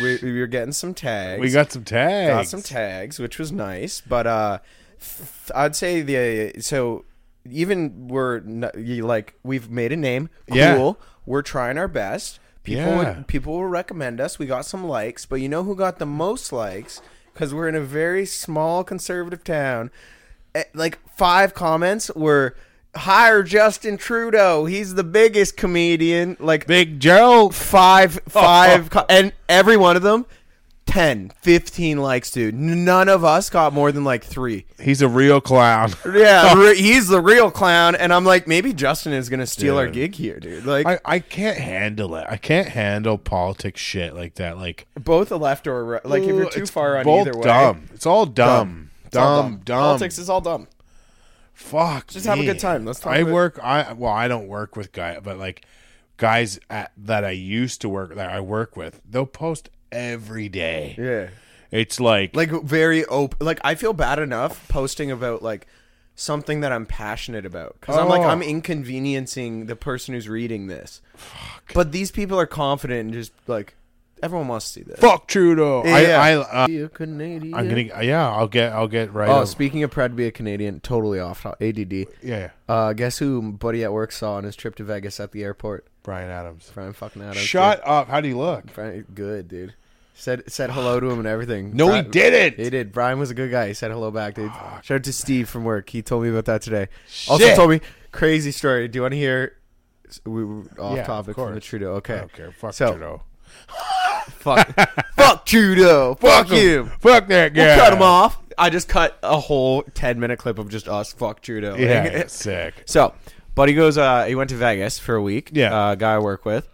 Speaker 1: We, we were getting some tags.
Speaker 2: We got some tags.
Speaker 1: got some tags, which was nice. But uh, th- I'd say the so even we're n- you like we've made a name. Cool.
Speaker 2: Yeah.
Speaker 1: We're trying our best. People
Speaker 2: Yeah.
Speaker 1: would, people will recommend us. We got some likes, but you know who got the most likes? Because we're in a very small conservative town. Eh, Like five comments were hire Justin Trudeau. He's the biggest comedian. Like
Speaker 2: Big Joe.
Speaker 1: Oh, five five co- and every one of them 10 15 likes dude none of us got more than like three
Speaker 2: He's a real clown.
Speaker 1: yeah re- he's the real clown and i'm like maybe justin is gonna steal our
Speaker 2: Dude.
Speaker 1: gig here dude like
Speaker 2: I, I can't handle it. I can't handle politics shit like that. Like
Speaker 1: both a left or a right like if you're too
Speaker 2: it's
Speaker 1: far on
Speaker 2: both
Speaker 1: either way
Speaker 2: dumb. It's all dumb.
Speaker 1: it's all
Speaker 2: Dumb, dumb,
Speaker 1: politics is all dumb
Speaker 2: Fuck. Just
Speaker 1: have a good time. Let's talk
Speaker 2: I
Speaker 1: about-
Speaker 2: work. I well, I don't work with guy, but like guys at, that I used to work that I work with, they'll post every day.
Speaker 1: yeah
Speaker 2: It's like,
Speaker 1: like very open like i feel bad enough posting about like something that i'm passionate about because i'm like
Speaker 2: Oh.
Speaker 1: i'm inconveniencing the person who's reading this but these people are confident and just like everyone wants to see this
Speaker 2: fuck Trudeau.
Speaker 1: Yeah.
Speaker 2: I, I uh,
Speaker 1: Be a Canadian.
Speaker 2: I'm gonna yeah. I'll get I'll get right.
Speaker 1: oh
Speaker 2: over-
Speaker 1: speaking of proud to be a canadian totally off to- add
Speaker 2: yeah.
Speaker 1: uh guess who buddy at work saw on his trip to vegas at the airport
Speaker 2: Brian Adams.
Speaker 1: brian fucking adams
Speaker 2: Shut up. How do you look?
Speaker 1: dude. Brian- good dude said said hello to him and everything
Speaker 2: No, he
Speaker 1: Brian-
Speaker 2: didn't.
Speaker 1: He did. Brian was a good guy. He said hello back, dude. Shout out to Steve from work. He told me about that today. Also
Speaker 2: Shit.
Speaker 1: told me crazy story. Do you want to hear? We we were off
Speaker 2: Yeah, of
Speaker 1: topic from the
Speaker 2: course.
Speaker 1: Trudeau. Okay,
Speaker 2: I don't care. Fuck
Speaker 1: So-
Speaker 2: Trudeau.
Speaker 1: fuck, fuck Trudeau. Fuck you.
Speaker 2: Fuck that guy.
Speaker 1: We'll cut him off. I just cut a whole ten minute clip of just us. Fuck Trudeau.
Speaker 2: Yeah. sick.
Speaker 1: so Buddy goes. Uh, he went to Vegas for a week.
Speaker 2: Yeah.
Speaker 1: uh, guy I work with.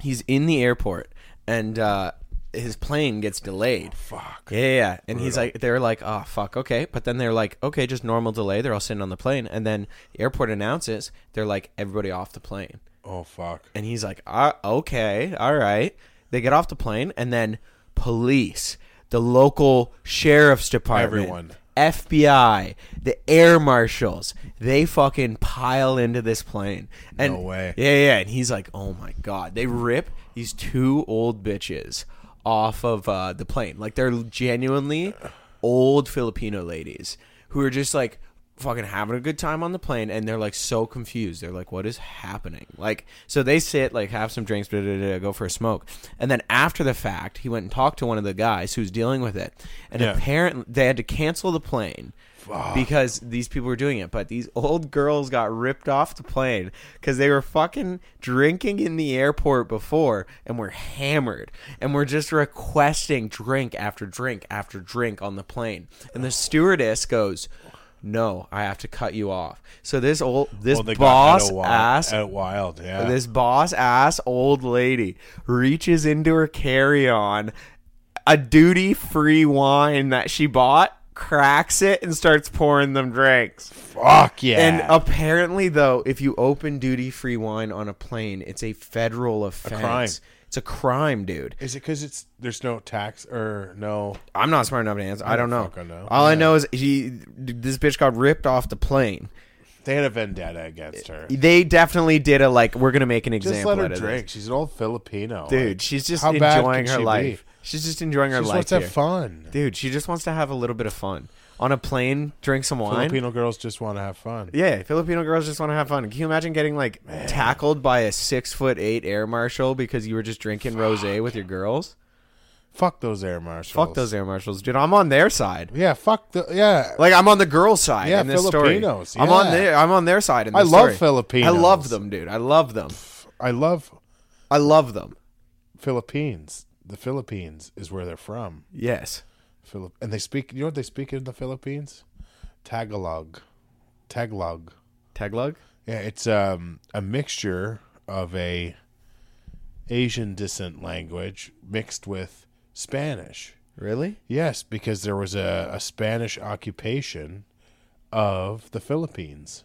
Speaker 1: He's in the airport, and uh, his plane gets delayed.
Speaker 2: Fuck.
Speaker 1: Yeah, yeah, yeah. And he's like, they were like, oh, fuck, okay. But then they're like, okay, just normal delay. They're all sitting on the plane. And then the airport announces, they're like, everybody off the plane.
Speaker 2: Oh fuck.
Speaker 1: And he's like, ah, okay, all right. They get off the plane, and then police, the local sheriff's department,
Speaker 2: Everyone.
Speaker 1: FBI, the air marshals, they fucking pile into this plane. And
Speaker 2: No way.
Speaker 1: Yeah, yeah. And he's like, oh my god, they rip these two old bitches off of uh, the plane. Like they're genuinely old Filipino ladies who are just like fucking having a good time on the plane and they're like so confused they're like what is happening like so they sit like have some drinks blah, blah, blah, go for a smoke and then after the fact he went and talked to one of the guys who's dealing with it and
Speaker 2: Yeah.
Speaker 1: apparently they had to cancel the plane because these people were doing it but these old girls got ripped off the plane because they were fucking drinking in the airport before and were hammered and were just requesting drink after drink after drink on the plane and the stewardess goes no i have to cut you off so this old this
Speaker 2: Well, they got
Speaker 1: boss
Speaker 2: out wild,
Speaker 1: ass
Speaker 2: out wild. Yeah.
Speaker 1: this boss ass old lady reaches into her carry on a duty free wine that she bought, cracks it, and starts pouring them drinks.
Speaker 2: fuck yeah.
Speaker 1: And uh, apparently, though, if you open duty free wine on a plane, it's a federal offense.
Speaker 2: crime.
Speaker 1: It's a crime, dude.
Speaker 2: Is it because it's there's no tax or no?
Speaker 1: I'm not smart enough to answer. I don't know.
Speaker 2: fucking know.
Speaker 1: All I know is he, this bitch got ripped off the plane.
Speaker 2: They had a vendetta against her.
Speaker 1: They definitely did a like. We're gonna make an
Speaker 2: Just
Speaker 1: example
Speaker 2: let her
Speaker 1: out of this.
Speaker 2: drink. She's an old Filipino,
Speaker 1: dude.
Speaker 2: Like,
Speaker 1: She's just
Speaker 2: how bad
Speaker 1: enjoying her
Speaker 2: can she be?
Speaker 1: life. She's just enjoying her
Speaker 2: She just
Speaker 1: life.
Speaker 2: wants to
Speaker 1: here.
Speaker 2: have fun.
Speaker 1: Dude, she just wants to have a little bit of fun on a plane, drink some wine.
Speaker 2: Filipino girls just want to have fun.
Speaker 1: Yeah, Filipino girls just want to have fun. Can you imagine getting like tackled by a six foot eight air marshal because you were just drinking rosé with your girls?
Speaker 2: Fuck those air marshals.
Speaker 1: Fuck those air marshals, dude. I'm on their side.
Speaker 2: Yeah, fuck the yeah.
Speaker 1: Like I'm on the girl side
Speaker 2: Yeah,
Speaker 1: in this
Speaker 2: Filipinos,
Speaker 1: story. I'm on
Speaker 2: yeah.
Speaker 1: their I'm on their side in
Speaker 2: I
Speaker 1: this
Speaker 2: love
Speaker 1: story.
Speaker 2: Filipinos.
Speaker 1: I love them, dude. I love them.
Speaker 2: I love
Speaker 1: I love them.
Speaker 2: Philippines. The Philippines is where they're from.
Speaker 1: Yes.
Speaker 2: Philip and they speak. You know what they speak in the Philippines? Tagalog. Tagalog.
Speaker 1: Taglug?
Speaker 2: Yeah, it's um, a mixture of a Asian descent language mixed with Spanish.
Speaker 1: Really?
Speaker 2: Yes, because there was a, a Spanish occupation of the Philippines,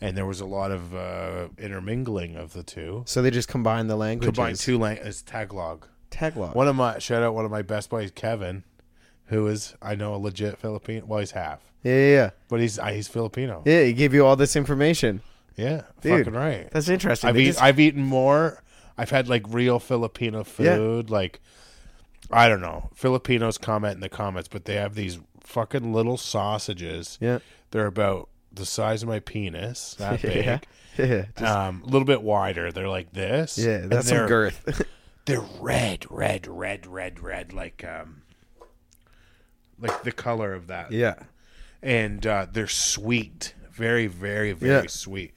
Speaker 2: and there was a lot of uh, intermingling of the two.
Speaker 1: So they just combine the languages.
Speaker 2: Combined two lang- it's Tagalog.
Speaker 1: Taglug.
Speaker 2: One of my shout out one of my best buddies, Kevin, who is I know a legit Filipino. Well, he's half,
Speaker 1: Yeah, yeah, yeah.
Speaker 2: but he's I- he's Filipino.
Speaker 1: Yeah, he gave you all this information.
Speaker 2: Yeah,
Speaker 1: Dude,
Speaker 2: fucking right.
Speaker 1: That's interesting.
Speaker 2: I've
Speaker 1: They
Speaker 2: eat,
Speaker 1: just-
Speaker 2: I've eaten more. I've had like real Filipino
Speaker 1: Yeah.
Speaker 2: food. Like I don't know. Filipinos comment in the comments, but they have these fucking little sausages.
Speaker 1: Yeah.
Speaker 2: They're about the size of my penis. That big.
Speaker 1: Yeah. Yeah.
Speaker 2: um, a little bit wider. They're like this.
Speaker 1: Yeah,
Speaker 2: and
Speaker 1: that's
Speaker 2: they're,
Speaker 1: some girth.
Speaker 2: They're red, red, red, red, red, like um, like the color of that.
Speaker 1: yeah.
Speaker 2: and uh, they're sweet, very, very, very
Speaker 1: Yeah.
Speaker 2: sweet.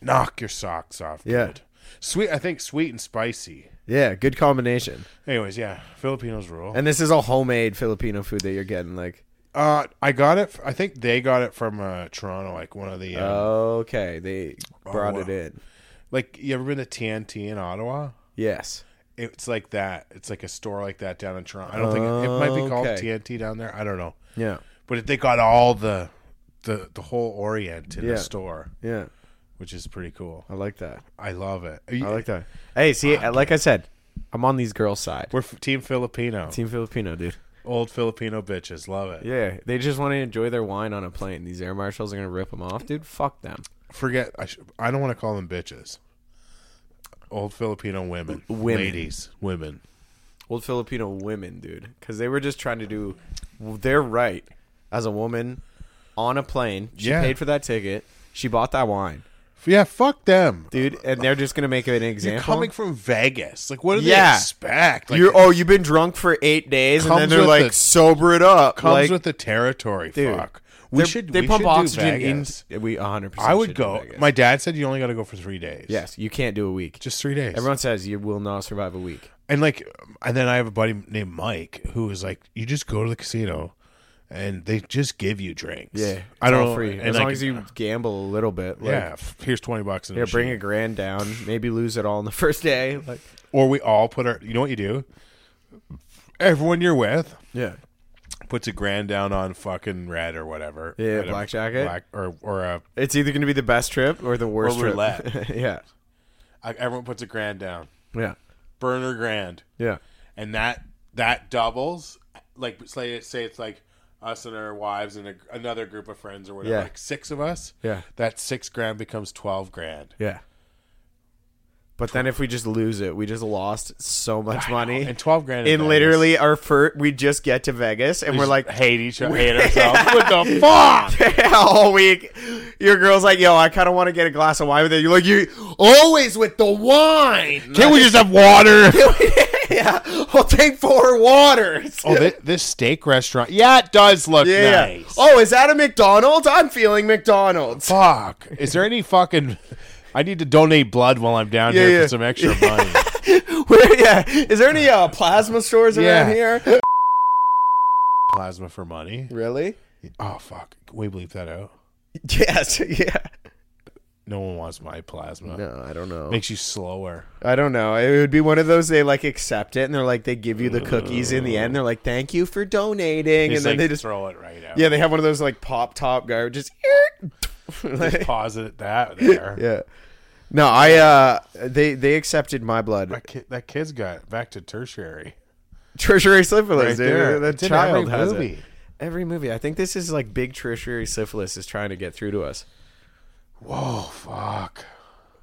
Speaker 2: Knock your socks off.
Speaker 1: Yeah.
Speaker 2: dude. sweet. I think sweet and spicy.
Speaker 1: Yeah, good combination.
Speaker 2: Anyways, yeah, Filipinos rule.
Speaker 1: And this is all homemade Filipino food that you're getting like
Speaker 2: Uh, I got it. f- I think they got it from uh, Toronto, like one of the. Uh,
Speaker 1: okay, they brought
Speaker 2: Oh, wow.
Speaker 1: it in.
Speaker 2: like you ever been to TNT in Ottawa?
Speaker 1: Yes.
Speaker 2: It's like that. It's like a store like that down in Toronto. I don't think it might be called
Speaker 1: Oh, Okay.
Speaker 2: TNT down there. I don't know,
Speaker 1: Yeah.
Speaker 2: but they got all the the the whole Orient in
Speaker 1: Yeah.
Speaker 2: the store,
Speaker 1: Yeah.
Speaker 2: which is pretty cool.
Speaker 1: I like that.
Speaker 2: I love it.
Speaker 1: I like that. Hey, see, like I said, I'm on these girls' side.
Speaker 2: We're f- team Filipino.
Speaker 1: Team Filipino, dude.
Speaker 2: Old Filipino bitches love it.
Speaker 1: Yeah, they just want to enjoy their wine on a plane. These air marshals are gonna rip them off, dude. Fuck them.
Speaker 2: Forget I. Sh- I don't want to call them bitches. Old Filipino women,
Speaker 1: women.
Speaker 2: ladies, women.
Speaker 1: Old Filipino women, dude, because they were just trying to do their right as a woman on a plane. She
Speaker 2: Yeah.
Speaker 1: paid for that ticket. She bought that wine,
Speaker 2: F- Yeah, fuck them.
Speaker 1: dude, and they're just gonna make it an
Speaker 2: Uh, You're
Speaker 1: example.
Speaker 2: coming from Vegas. Like, what do
Speaker 1: Yeah.
Speaker 2: they expect? Like,
Speaker 1: You're- oh, you've been drunk for eight days, and
Speaker 2: Comes
Speaker 1: then they're
Speaker 2: with
Speaker 1: like,
Speaker 2: the-
Speaker 1: sober it up.
Speaker 2: comes
Speaker 1: like,
Speaker 2: with the territory.
Speaker 1: Dude,
Speaker 2: fuck. We
Speaker 1: they're-
Speaker 2: should.
Speaker 1: They
Speaker 2: we
Speaker 1: pump
Speaker 2: should do
Speaker 1: oxygen in.
Speaker 2: Vegas.
Speaker 1: We 100. percent
Speaker 2: I would go. My dad said you only got to go for three days.
Speaker 1: yes, you can't do a week.
Speaker 2: just three days.
Speaker 1: Everyone says you will not survive a week.
Speaker 2: and like, and then I have a buddy named Mike who is like, you just go to the casino, and they just give you drinks.
Speaker 1: Yeah, it's
Speaker 2: I don't
Speaker 1: all
Speaker 2: know,
Speaker 1: free
Speaker 2: and
Speaker 1: as
Speaker 2: like-
Speaker 1: long as you gamble a little bit. Like,
Speaker 2: yeah, f- here's twenty bucks. In the
Speaker 1: yeah, bring
Speaker 2: machine.
Speaker 1: a grand down, maybe lose it all on the first day. Like,
Speaker 2: Or we all put our. You know what you do? Everyone you're with
Speaker 1: yeah,
Speaker 2: puts a grand down on fucking red or whatever.
Speaker 1: Yeah,
Speaker 2: At a
Speaker 1: black jacket.
Speaker 2: black or or uh, a.
Speaker 1: it's either gonna be the best trip or the worst trip.
Speaker 2: roulette.
Speaker 1: yeah,
Speaker 2: I- Everyone puts a grand down.
Speaker 1: yeah,
Speaker 2: Burner grand.
Speaker 1: yeah.
Speaker 2: and that that doubles like say say it's like us and our wives and a, another group of friends or whatever
Speaker 1: Yeah.
Speaker 2: like six of us
Speaker 1: Yeah.
Speaker 2: that six grand becomes 12 grand
Speaker 1: Yeah. But then if we just lose it, we just lost so much money.
Speaker 2: and 12 grand
Speaker 1: And
Speaker 2: Vegas.
Speaker 1: literally our first, we just get to Vegas and
Speaker 2: We
Speaker 1: we're
Speaker 2: just
Speaker 1: like,
Speaker 2: hate each other hate ourselves what the fuck
Speaker 1: all week. Your girl's like, yo, I kind of want to get a glass of wine with you. You're like, you always with the wine.
Speaker 2: can we just have water
Speaker 1: yeah, I'll take four waters.
Speaker 2: oh this, this steak restaurant yeah it does look
Speaker 1: yeah.
Speaker 2: nice
Speaker 1: Oh, is that a McDonald's? I'm feeling McDonald's.
Speaker 2: fuck is there any fucking i need to donate blood while i'm down
Speaker 1: Yeah,
Speaker 2: here
Speaker 1: yeah.
Speaker 2: for some extra money
Speaker 1: Where, yeah. Is there any uh, plasma stores
Speaker 2: Yeah.
Speaker 1: around here?
Speaker 2: plasma for money
Speaker 1: really?
Speaker 2: oh fuck can we bleep that out
Speaker 1: Yes. Yeah.
Speaker 2: no one wants my plasma
Speaker 1: No, I don't know.
Speaker 2: makes you slower
Speaker 1: I don't know. It would be one of those they like accept it and they're like they give you the cookies in the end. They're like, "Thank you for donating," and
Speaker 2: Just,
Speaker 1: then
Speaker 2: like,
Speaker 1: they just
Speaker 2: throw it right out.
Speaker 1: yeah, they have one of those like pop top garbage. Just,
Speaker 2: Just pause it at that there.
Speaker 1: yeah. No, I uh, they they accepted my blood.
Speaker 2: That, kid, that kid's got back to tertiary.
Speaker 1: Tertiary syphilis,
Speaker 2: Right
Speaker 1: dude.
Speaker 2: there.
Speaker 1: That
Speaker 2: It's in
Speaker 1: child
Speaker 2: every
Speaker 1: has it.
Speaker 2: movie.
Speaker 1: Every movie. I think this is like big tertiary syphilis is trying to get through to us.
Speaker 2: Whoa, fuck.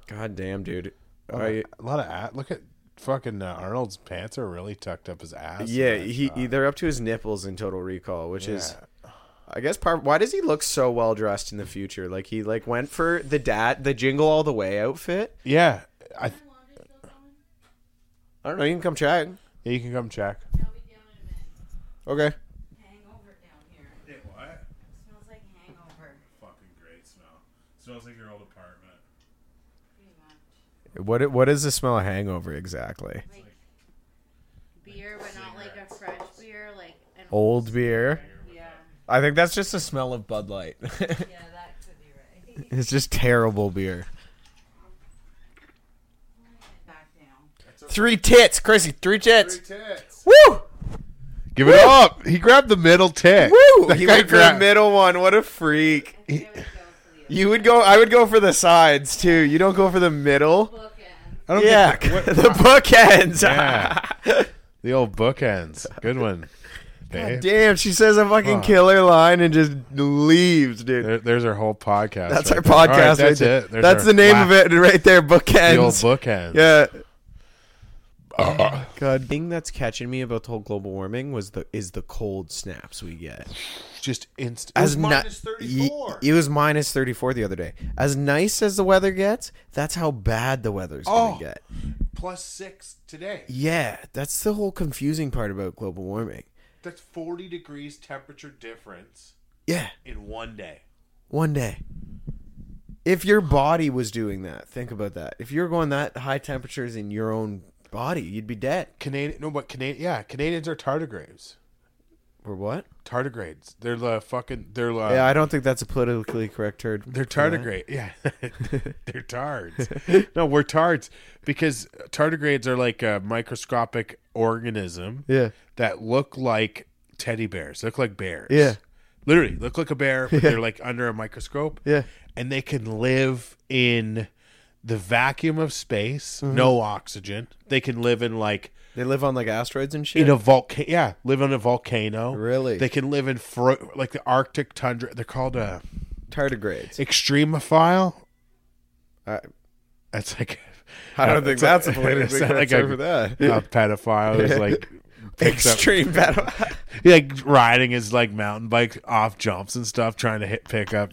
Speaker 1: God damn, dude.
Speaker 2: Oh,
Speaker 1: I,
Speaker 2: A lot of ass. Look at fucking uh, Arnold's pants are really tucked up his ass.
Speaker 1: yeah,
Speaker 2: in that
Speaker 1: he
Speaker 2: shot.
Speaker 1: they're up to his nipples in Total Recall, which is
Speaker 2: Yeah.
Speaker 1: I guess part. Why does he look so well dressed in the future? Like he like went for the dad, the jingle all the way outfit.
Speaker 2: Yeah, I. th-
Speaker 1: I don't know. You can come check.
Speaker 2: yeah, you can come check.
Speaker 4: I'll be down in a minute.
Speaker 1: Okay.
Speaker 4: Hangover down here.
Speaker 2: what?
Speaker 4: Smells like hangover.
Speaker 2: Fucking great smell. Smells like your old apartment.
Speaker 4: Pretty much.
Speaker 1: What i- what is the smell of hangover exactly?
Speaker 4: Like beer, but not like a fresh beer, like an
Speaker 1: Old beer.
Speaker 4: Yeah.
Speaker 1: I think that's just the smell of Bud Light.
Speaker 4: Yeah, that could be right.
Speaker 1: it's just terrible beer.
Speaker 4: Back now.
Speaker 1: Three tits, Chrissy. Three tits.
Speaker 2: tits.
Speaker 1: Woo!
Speaker 2: Give it up. He grabbed the middle tit.
Speaker 1: Woo!
Speaker 2: That
Speaker 1: he
Speaker 2: guy
Speaker 1: went for the
Speaker 2: grabbed-
Speaker 1: middle one. What a freak.
Speaker 4: I think I would go for the
Speaker 1: You would go. I would go for the sides too. You don't go for the middle.
Speaker 4: bookend.
Speaker 2: I don't
Speaker 1: Yeah,
Speaker 2: get that. What-
Speaker 1: the bookends.
Speaker 2: Yeah. the old bookends. Good one. babe.
Speaker 1: Damn, she says a fucking
Speaker 2: Fuck.
Speaker 1: killer line and just leaves, dude.
Speaker 2: There, there's our whole podcast.
Speaker 1: That's
Speaker 2: right
Speaker 1: our
Speaker 2: there. All right,
Speaker 1: podcast. right
Speaker 2: that's
Speaker 1: there.
Speaker 2: it. There's
Speaker 1: that's
Speaker 2: our
Speaker 1: the name
Speaker 2: whack-
Speaker 1: of it right there. Bookends.
Speaker 2: The old bookend.
Speaker 1: Yeah. God. thing that's catching me about the whole global warming was the is the cold snaps we get.
Speaker 2: Just instant.
Speaker 1: it was minus thirty four the other day. As nice as the weather gets, that's how bad the weather's
Speaker 2: Oh.
Speaker 1: gonna get.
Speaker 2: plus six today.
Speaker 1: Yeah, that's the whole confusing part about global warming.
Speaker 2: That's 40 degrees temperature difference
Speaker 1: Yeah,
Speaker 2: in one day.
Speaker 1: one day. If your body was doing that, think about that. If you're going that high temperatures in your own body, you'd be dead.
Speaker 2: Canadian, no, but Canadian, yeah, Canadians are tardigrades.
Speaker 1: Or what?
Speaker 2: Tardigrades. They're the fucking, they're the,
Speaker 1: Yeah, I don't think that's a politically correct term.
Speaker 2: they're tardigrade. Yeah. they're tards. no, we're tards because tardigrades are like a microscopic organism
Speaker 1: Yeah.
Speaker 2: that look like teddy bears, look like bears.
Speaker 1: Yeah.
Speaker 2: Literally, look like a bear, but they're like under a microscope.
Speaker 1: Yeah.
Speaker 2: And they can live in the vacuum of space,
Speaker 1: Mm-hmm.
Speaker 2: no oxygen. They can live in like
Speaker 1: They live on like asteroids and shit.
Speaker 2: in a volcano. Yeah, live on a volcano.
Speaker 1: Really?
Speaker 2: They can live in fro- like the Arctic tundra. They're called a
Speaker 1: Tardigrades.
Speaker 2: extremophile.
Speaker 1: I,
Speaker 2: That's like
Speaker 1: I don't think that's a
Speaker 2: it
Speaker 1: politically
Speaker 2: sounded
Speaker 1: correct
Speaker 2: like
Speaker 1: term for
Speaker 2: a-
Speaker 1: that.
Speaker 2: a pedophile who's like picks up-
Speaker 1: Extreme battle.
Speaker 2: he, like riding his like mountain bike off jumps and stuff, trying to hit pick up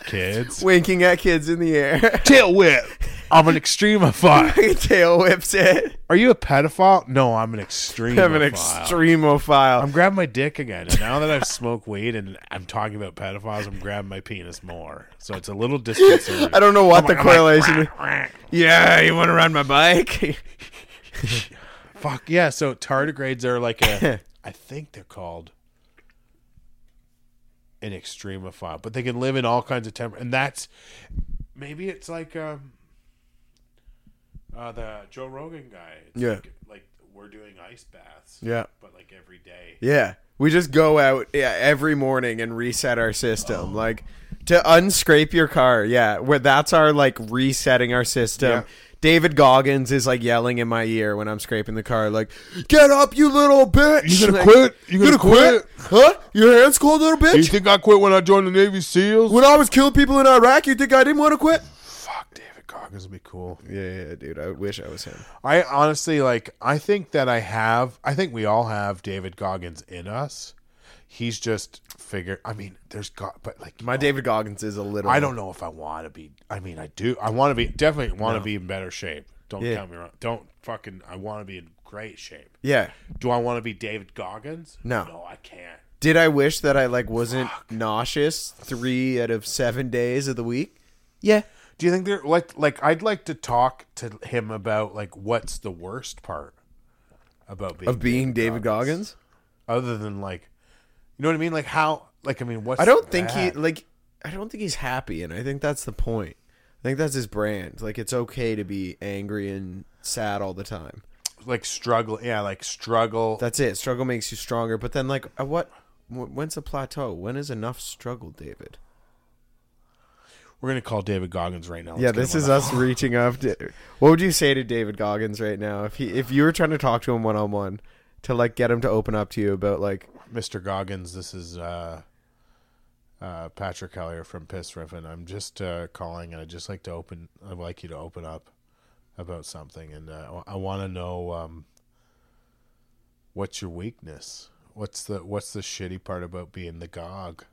Speaker 2: kids.
Speaker 1: Winking at kids in the air.
Speaker 2: Tail whip. I'm an extremophile.
Speaker 1: Tail whips it.
Speaker 2: Are you a pedophile? No, I'm an extremophile.
Speaker 1: I'm an extremophile.
Speaker 2: I'm grabbing my dick again, and now that I've smoked weed and I'm talking about pedophiles, I'm grabbing my penis more. So it's a little disconcerting.
Speaker 1: I don't know what
Speaker 2: I'm
Speaker 1: the
Speaker 2: like- I'm like,
Speaker 1: correlation is.
Speaker 2: "Wah, wah."
Speaker 1: Yeah, you want to ride my bike?
Speaker 2: Fuck yeah! So tardigrades are like a. I think they're called. an extremophile, but they can live in all kinds of temper. And that's maybe it's like um, uh, the Joe Rogan guy. It's
Speaker 1: Yeah.
Speaker 2: Like, like we're doing ice baths.
Speaker 1: Yeah.
Speaker 2: But like every day.
Speaker 1: Yeah. We just go out yeah, every morning and reset our system.
Speaker 2: Oh.
Speaker 1: Like to unscrape your car. Yeah. Where that's our like resetting our system.
Speaker 2: Yeah.
Speaker 1: David Goggins is like yelling in my ear when I'm scraping the car, like, "Get up, you little bitch!
Speaker 2: You gonna
Speaker 1: Like,
Speaker 2: quit? You gonna quit?
Speaker 1: Huh? Your hands cold, little bitch?
Speaker 2: think I quit when I joined the Navy SEALs?
Speaker 1: when I was killing people in Iraq, you think I didn't want to quit?
Speaker 2: Fuck, David Goggins would be cool.
Speaker 1: Yeah, yeah, dude. I wish I was him.
Speaker 2: I honestly like. I think that I have. I think we all have David Goggins in us. He's just figure. I mean, there's God, but like
Speaker 1: My David Goggins is a little.
Speaker 2: I don't know if I want to be. I mean, I do. I want to be. Definitely want to be in better shape. Don't
Speaker 1: Yeah.
Speaker 2: count me wrong. Don't fucking. I want to be in great shape.
Speaker 1: Yeah.
Speaker 2: Do I want to be David Goggins?
Speaker 1: No.
Speaker 2: No, I can't.
Speaker 1: Did I wish that I like wasn't nauseous three out of seven days of the week? Yeah.
Speaker 2: Do you think they're like like I'd like to talk to him about like what's the worst part about being
Speaker 1: Of being David Goggins?
Speaker 2: other than like you know what I mean like how like I mean what's
Speaker 1: I don't think
Speaker 2: bad?
Speaker 1: he like I don't think he's happy and I think that's the point. I think that's his brand. Like it's okay to be angry and sad all the time.
Speaker 2: like struggle yeah like struggle
Speaker 1: That's it. Struggle makes you stronger, but then like at what wh- when's the plateau? When is enough struggle, David?
Speaker 2: we're gonna call David Goggins right now Let's
Speaker 1: yeah,
Speaker 2: get
Speaker 1: this
Speaker 2: him on
Speaker 1: is
Speaker 2: the-
Speaker 1: us reaching up to What would you say to David Goggins right now if he if you were trying to talk to him one on one to like get him to open up to you about like
Speaker 2: Mr. Goggins this is uh uh Patrick Hellier from Piss Riffin I'm just uh calling and I'd just like to open I'd like you to open up about something and uh, I want to know um what's your weakness what's the what's the shitty part about being the gog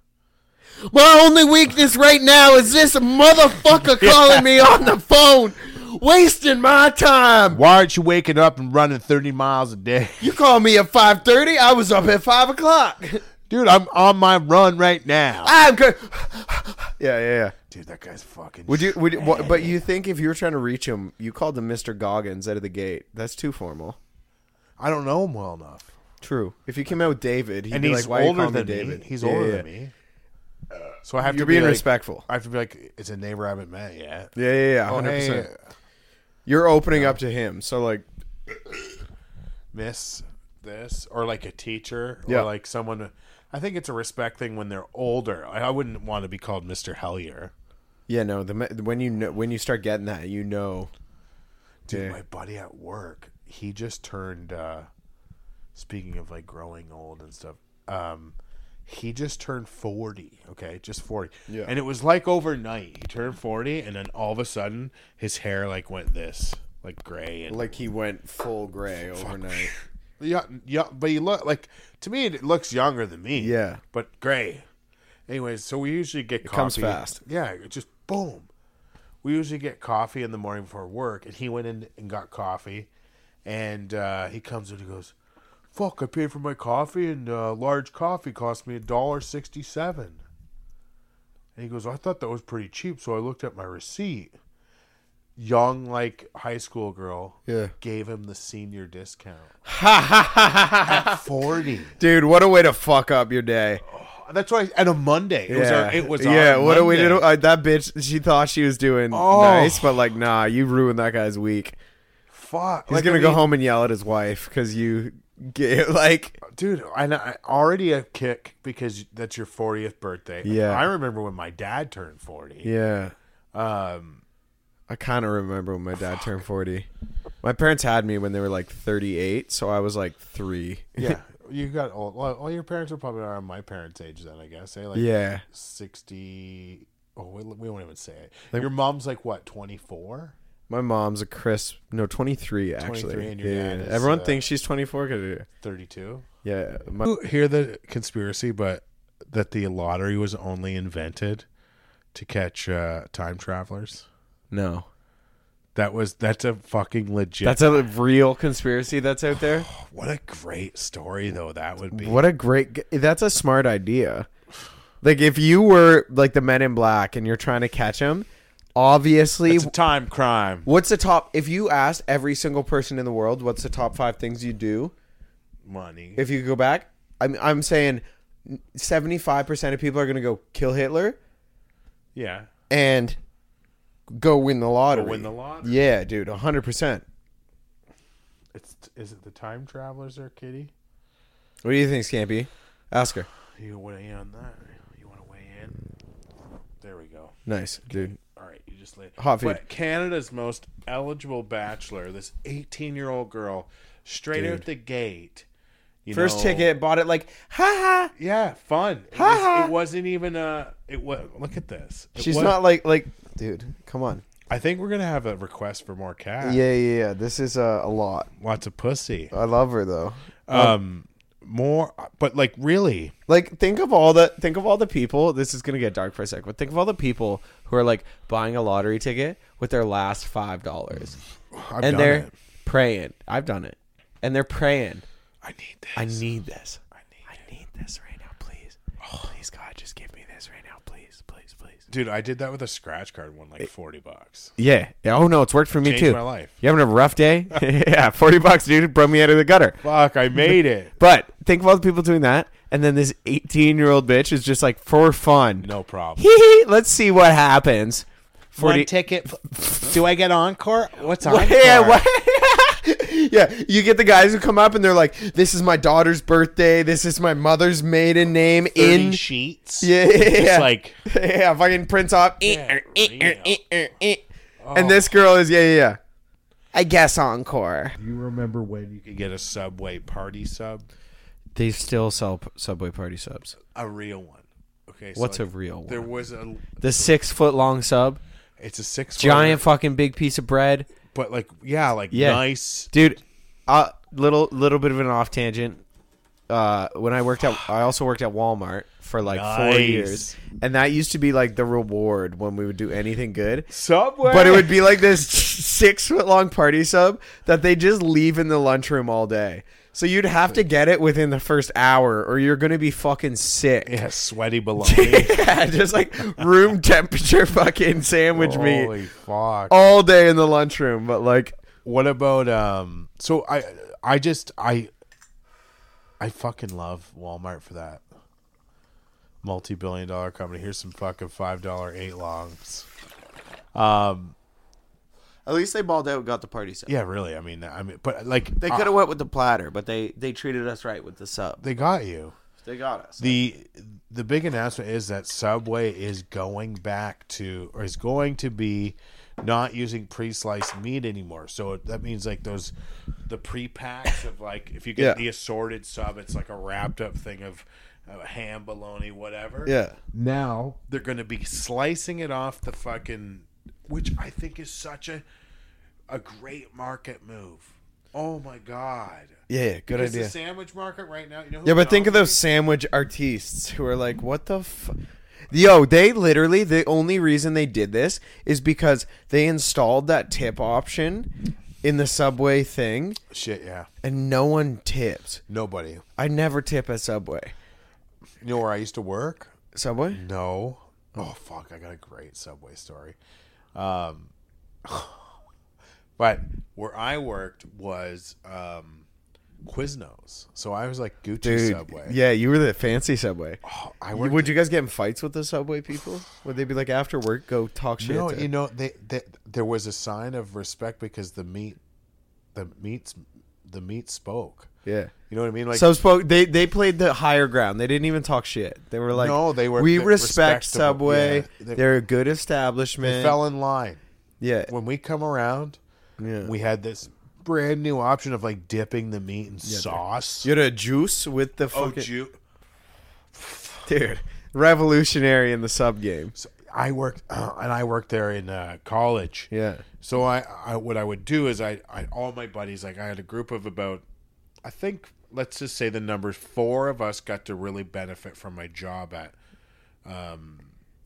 Speaker 1: My only weakness right now is this motherfucker calling me on the phone, wasting my time.
Speaker 2: why aren't you waking up and running 30 miles a day
Speaker 1: You called me at five thirty. I was up at five o'clock.
Speaker 2: dude I'm on my run right now
Speaker 1: I'm good. yeah, yeah, yeah.
Speaker 2: dude that guy's fucking
Speaker 1: Would you? Would you, what, but you think if you were trying to reach him, you called him Mister Goggins out of the gate? That's too formal.
Speaker 2: I don't know him well enough.
Speaker 1: True. If you came out with David, he'd
Speaker 2: And
Speaker 1: be
Speaker 2: he's
Speaker 1: like, "Why you
Speaker 2: older
Speaker 1: calling me
Speaker 2: than
Speaker 1: David?"
Speaker 2: me. He's
Speaker 1: Yeah,
Speaker 2: older
Speaker 1: yeah,
Speaker 2: than me. So I have
Speaker 1: yeah. You're
Speaker 2: to be
Speaker 1: being
Speaker 2: like-
Speaker 1: respectful.
Speaker 2: I have to be like, it's a neighbor I haven't met yet.
Speaker 1: Yeah, yeah, yeah.
Speaker 2: Oh,
Speaker 1: Hundred
Speaker 2: hey,
Speaker 1: percent. You're opening up to him, so like,
Speaker 2: miss this, or like a teacher,
Speaker 1: Yeah.
Speaker 2: or like someone. I think it's a respect thing when they're older. I, I wouldn't want to be called Mister Hellier.
Speaker 1: yeah, no. The me- when you know, when you start getting that, you know,
Speaker 2: Dude,
Speaker 1: Yeah.
Speaker 2: my buddy at work, he just turned. uh Speaking of like growing old and stuff, um, he just turned forty. Okay, just forty.
Speaker 1: Yeah.
Speaker 2: And it was like overnight. He turned forty, and then all of a sudden, his hair like went this, like gray and
Speaker 1: like he went full gray overnight.
Speaker 2: Yeah, yeah, but he look like to me it looks younger than me.
Speaker 1: Yeah.
Speaker 2: but gray. Anyways, so we usually get coffee.
Speaker 1: comes fast.
Speaker 2: Yeah, it just boom. We usually get coffee in the morning before work, and he went in and got coffee, and uh, he comes in and he goes, "Fuck! I paid for my coffee, and uh, large coffee cost me a dollar sixty-seven. And he goes, "I thought that was pretty cheap, so I looked at my receipt." Young, like high school girl,
Speaker 1: Yeah.
Speaker 2: gave him the senior discount. At 40.
Speaker 1: Dude, what a way to fuck up your day.
Speaker 2: That's why, and a Monday. It was, our, it was
Speaker 1: yeah.
Speaker 2: our
Speaker 1: What a way
Speaker 2: Monday.
Speaker 1: to uh, that bitch. She thought she was doing
Speaker 2: Oh.
Speaker 1: nice, but like, nah, you ruined that guy's week.
Speaker 2: Fuck.
Speaker 1: He's
Speaker 2: Like,
Speaker 1: gonna
Speaker 2: I
Speaker 1: go
Speaker 2: mean,
Speaker 1: home and yell at his wife because you get like,
Speaker 2: Dude, I, I already a kick because that's your 40th birthday.
Speaker 1: Yeah.
Speaker 2: I remember when my dad turned 40.
Speaker 1: yeah.
Speaker 2: Um,
Speaker 1: I kind of remember when my dad turned forty. My parents had me when they were like thirty-eight, so I was like three.
Speaker 2: yeah. You got old. Well, all your parents are probably around my parents' age then, I guess. They like
Speaker 1: yeah,
Speaker 2: 60. Oh, we, we won't even say it. your mom's like what, 24?
Speaker 1: my mom's a crisp, no, twenty-three actually.
Speaker 2: 23 and your
Speaker 1: yeah,
Speaker 2: dad is,
Speaker 1: everyone
Speaker 2: uh,
Speaker 1: thinks she's twenty-four. Cause,
Speaker 2: 32?
Speaker 1: yeah, my,
Speaker 2: You hear the conspiracy, but that the lottery was only invented to catch uh, time travelers.
Speaker 1: no,
Speaker 2: That was that's a fucking legit.
Speaker 1: that's a real conspiracy that's out there.
Speaker 2: what a great story though. That would be.
Speaker 1: What a great g- that's a smart idea. Like if you were like the Men in Black and you're trying to catch him, obviously
Speaker 2: It's a time crime.
Speaker 1: what's the top if you asked every single person in the world what's the top 5 things you do
Speaker 2: Money.
Speaker 1: if you go back? I'm I'm saying seventy-five percent of people are gonna go kill Hitler
Speaker 2: Yeah.
Speaker 1: and go win the lottery.
Speaker 2: win the lottery.
Speaker 1: Yeah, dude, hundred percent.
Speaker 2: It's is it the time travelers there, Kitty?
Speaker 1: What do you think, Scampy? Ask her.
Speaker 2: You weigh in on that? You want to weigh in? There we go.
Speaker 1: Nice, dude.
Speaker 2: All right, you just laid.
Speaker 1: Hot feed.
Speaker 2: But Canada's most eligible bachelor, this 18-year-old girl, straight out the gate. you
Speaker 1: First
Speaker 2: know-
Speaker 1: ticket, bought it like ha ha.
Speaker 2: Yeah, fun. It,
Speaker 1: Ha ha.
Speaker 2: was, it wasn't even uh It was. Look at this. It
Speaker 1: She's
Speaker 2: wa-
Speaker 1: not like like, dude. Come on.
Speaker 2: I think we're gonna have a request for more cat.
Speaker 1: Yeah, yeah, yeah. This is uh, a lot.
Speaker 2: Lots of pussy.
Speaker 1: I love her though. Uh,
Speaker 2: Um, more. But like, really,
Speaker 1: Like, think of all the think of all the people. This is gonna get dark for a sec, but think of all the people who are like buying a lottery ticket with their last five dollars,
Speaker 2: I've
Speaker 1: and
Speaker 2: done
Speaker 1: they're
Speaker 2: it.
Speaker 1: praying. I've done it, and they're praying.
Speaker 2: I need this.
Speaker 1: I need this. Oh.
Speaker 2: I need
Speaker 1: I need this right now, please. Please, God, just give me this right now, please, please, please.
Speaker 2: Dude, I did that with a scratch card and won like forty bucks.
Speaker 1: Yeah. Oh no, it's worked for me
Speaker 2: Changed
Speaker 1: too.
Speaker 2: my life.
Speaker 1: You having a rough day? yeah, forty bucks, dude, brought me out of the gutter.
Speaker 2: Fuck, I made it.
Speaker 1: But think of all the people doing that, and then this eighteen-year-old bitch is just like for fun.
Speaker 2: No problem.
Speaker 1: Hee hee, Let's see what happens. Forty.
Speaker 2: ticket. Do I get encore? What's encore?
Speaker 1: yeah, what? yeah, you get the guys who come up and they're like, "This is my daughter's birthday. This is my mother's maiden name." In
Speaker 2: sheets.
Speaker 1: Yeah, Eh, yeah,
Speaker 2: It's
Speaker 1: yeah.
Speaker 2: like
Speaker 1: yeah, fucking Prince off.
Speaker 2: Yeah,
Speaker 1: eh,
Speaker 2: eh, Oh.
Speaker 1: And this girl is yeah, yeah, yeah. I guess encore.
Speaker 2: you remember when you could get a Subway party sub,
Speaker 5: They still sell p- Subway party subs.
Speaker 2: a real one. Okay, so
Speaker 5: What's
Speaker 2: like,
Speaker 5: a real
Speaker 2: There
Speaker 5: one?
Speaker 2: was a.
Speaker 5: The six foot long sub,
Speaker 2: It's a six
Speaker 5: giant
Speaker 2: footer,
Speaker 5: fucking big piece of bread,
Speaker 2: but like yeah, like
Speaker 5: Yeah.
Speaker 2: nice.
Speaker 5: dude. Uh, little little bit of an off tangent. Uh, when I worked at, I also worked at Walmart for like four
Speaker 2: Nice.
Speaker 5: years, and that used to be like the reward when we would do anything good.
Speaker 2: Subway,
Speaker 1: But it would be like this six foot long party sub that they just leave in the lunchroom all day. So you'd have to get it within the first hour, or you're gonna be fucking sick.
Speaker 2: yeah, sweaty bologna.
Speaker 1: yeah, just like room temperature fucking
Speaker 2: Oh,
Speaker 1: sandwich meat
Speaker 2: Holy fuck!
Speaker 1: all day in the lunchroom. But like,
Speaker 2: Oh, What about um? So I, I just I, I fucking love Walmart for that. Multi-billion dollar company. Here's some fucking five dollar eight longs.
Speaker 5: At least they balled out, got the party sub.
Speaker 2: Yeah, really. I mean, I mean, but like
Speaker 5: They could
Speaker 2: uh,
Speaker 1: Uh-huh.
Speaker 5: have went with the platter, but they they treated us right with the sub.
Speaker 2: they got you.
Speaker 5: They got us.
Speaker 2: the The big announcement is that Subway is going back to, or is going to be, not using pre-sliced meat anymore. So that means like those, the pre-packs of like if you get
Speaker 1: Yeah.
Speaker 2: the assorted sub, it's like a wrapped up thing of. Uh, ham, bologna, whatever.
Speaker 1: yeah,
Speaker 2: Now they're going to be slicing it off the fucking, which I think is such a, a great market move. Oh my god!
Speaker 1: yeah, yeah good
Speaker 2: Because
Speaker 1: idea.
Speaker 2: the sandwich market right now. You know who
Speaker 1: Yeah, but think of
Speaker 2: dominates?
Speaker 1: those sandwich artistes who are like, what the f Yo, they literally, the only reason they did this is because they installed that tip option in the Subway thing
Speaker 2: Shit, yeah.
Speaker 1: and no one tips.
Speaker 2: Nobody. You
Speaker 1: I never tip at Subway.
Speaker 2: know where I used to work?
Speaker 1: Subway?
Speaker 2: Mm, No. Oh fuck! I got a great Subway story. Um, but where I worked was um, Quiznos, so I was like Gucci Subway.
Speaker 1: Yeah, you were the fancy Subway.
Speaker 2: Oh, I worked.
Speaker 1: Would you guys get in fights with the Subway people? Would they be like, after work, go talk shit?
Speaker 2: no,
Speaker 1: to-
Speaker 2: you know they, they there was a sign of respect because the meat, the meats, the meat spoke.
Speaker 1: yeah.
Speaker 2: You know what I mean? Like
Speaker 1: Sub spoke. They they played the higher ground. They didn't even talk shit. They were like,
Speaker 2: No, they were-
Speaker 1: We
Speaker 2: they're
Speaker 1: respect
Speaker 2: respectable.
Speaker 1: Subway.
Speaker 2: Yeah, they-
Speaker 1: they, are a good establishment.
Speaker 2: they fell in line.
Speaker 1: yeah,
Speaker 2: when we come around,
Speaker 1: Yeah.
Speaker 2: we had this brand new option of like dipping the meat in sauce.
Speaker 1: you had a juice with the
Speaker 2: Oh,
Speaker 1: fucking
Speaker 2: ju-
Speaker 1: dude, revolutionary in the sub game.
Speaker 2: so I worked, and I worked there in uh, college.
Speaker 1: Yeah,
Speaker 2: So I, I, what I would do is I, I, all my buddies, like I had a group of about, I think let's just say the numbers four of us got to really benefit from my job at,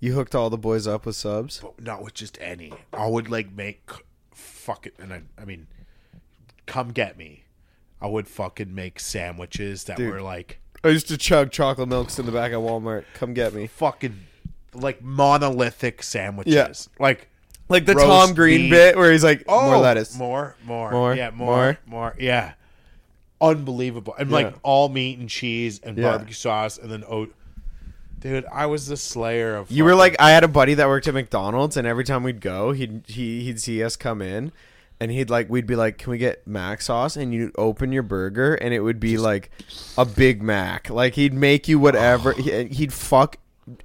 Speaker 1: you hooked all the boys up with subs.
Speaker 2: but not with just any. I would like make, fuck it, and I, I mean, come get me. I would fucking make sandwiches that were like
Speaker 1: I used to chug chocolate milks in the back of Walmart. Come get me,
Speaker 2: fucking like monolithic sandwiches.
Speaker 1: Yeah.
Speaker 2: Like
Speaker 1: like the
Speaker 2: Roast
Speaker 1: Tom Green
Speaker 2: beef.
Speaker 1: bit where he's like, "More
Speaker 2: oh,
Speaker 1: lettuce."
Speaker 2: More, more.
Speaker 1: More,
Speaker 2: Yeah, more,
Speaker 1: more.
Speaker 2: more. yeah. unbelievable. And like
Speaker 6: Yeah.
Speaker 2: all meat and cheese and
Speaker 6: Yeah.
Speaker 2: barbecue sauce and then oat. Dude, I was the slayer of.
Speaker 1: You were
Speaker 2: fucking-
Speaker 1: like, I had a buddy that worked at McDonald's, and every time we'd go, he'd he, he'd see us come in, and he'd like we'd be like, "Can we get Mac sauce?" And you'd open your burger, and it would be like a Big Mac. Like he'd make you whatever he, he'd fuck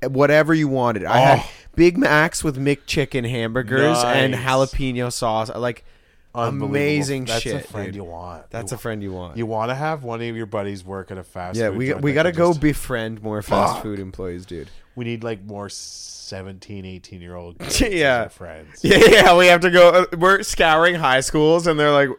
Speaker 1: whatever you wanted. I had
Speaker 2: Oh.
Speaker 1: Big Macs with McChicken hamburgers and
Speaker 2: Nice.
Speaker 1: jalapeno sauce. I like
Speaker 2: Unbelievable.
Speaker 1: amazing
Speaker 2: That's
Speaker 1: shit.
Speaker 2: a friend
Speaker 1: dude.
Speaker 2: you want.
Speaker 1: That's
Speaker 2: you,
Speaker 1: a friend you want.
Speaker 2: You want to have one of your buddies work at a fast.
Speaker 1: yeah,
Speaker 2: food
Speaker 1: we
Speaker 2: joint
Speaker 1: we
Speaker 2: that
Speaker 1: gotta
Speaker 2: can
Speaker 1: go
Speaker 2: just-
Speaker 1: befriend more fast
Speaker 2: Fuck.
Speaker 1: food employees, dude.
Speaker 2: we need like more 17, 18 year old.
Speaker 1: Yeah.
Speaker 2: friends.
Speaker 1: Yeah, yeah, we have to go. uh, We're scouring high schools, and they're like,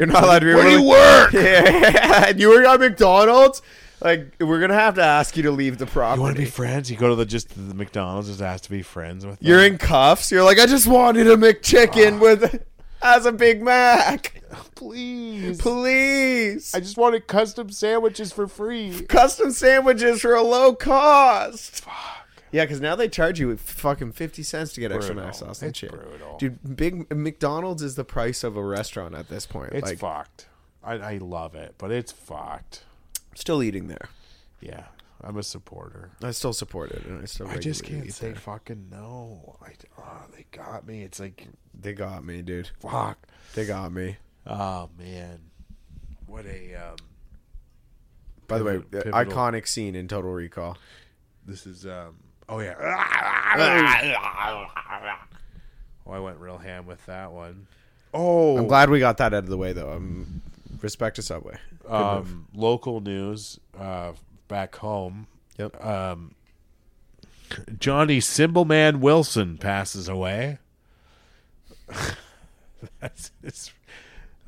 Speaker 1: "You're not allowed to be."
Speaker 2: Where do you
Speaker 1: work? Yeah, and you were at McDonald's. Like, we're gonna have to ask you to leave the property.
Speaker 2: You want to be friends? You go to the just the McDonald's. Just ask to be friends with.
Speaker 1: You're
Speaker 2: them.
Speaker 1: in cuffs. You're like, I just wanted a
Speaker 2: Ah.
Speaker 1: McChicken with as a Big Mac,
Speaker 2: please.
Speaker 1: please.
Speaker 2: I just wanted custom sandwiches for free.
Speaker 1: Custom sandwiches for a low cost. Yeah, because now they charge you fucking fifty cents to get extra
Speaker 2: Brutal.
Speaker 1: mac sauce and
Speaker 2: It's
Speaker 1: shit.
Speaker 2: brutal.
Speaker 1: Dude, big McDonald's is the price of a restaurant at this point.
Speaker 2: It's
Speaker 1: like,
Speaker 2: fucked. I, I love it, but it's fucked.
Speaker 1: still eating there.
Speaker 2: Yeah, I'm a supporter.
Speaker 1: I still support it, and I still.
Speaker 2: I just
Speaker 1: regularly
Speaker 2: can't
Speaker 1: eat
Speaker 2: say
Speaker 1: there.
Speaker 2: fucking no. I, oh, they got me. It's like
Speaker 1: They got me, dude.
Speaker 2: fuck.
Speaker 1: They got me.
Speaker 2: Oh man, what a. Um,
Speaker 1: By the way,
Speaker 2: Pivot-
Speaker 1: the
Speaker 2: pivotal.
Speaker 1: iconic scene in Total Recall.
Speaker 2: this is. Um, oh yeah. Oh, I went real ham with that one. Oh,
Speaker 1: I'm glad we got that out of the way, though. Um, respect to Subway. Good move.
Speaker 2: um, local news uh, back home.
Speaker 1: Yep.
Speaker 2: Um, Johnny Cymbalman Wilson passes away. That's it's,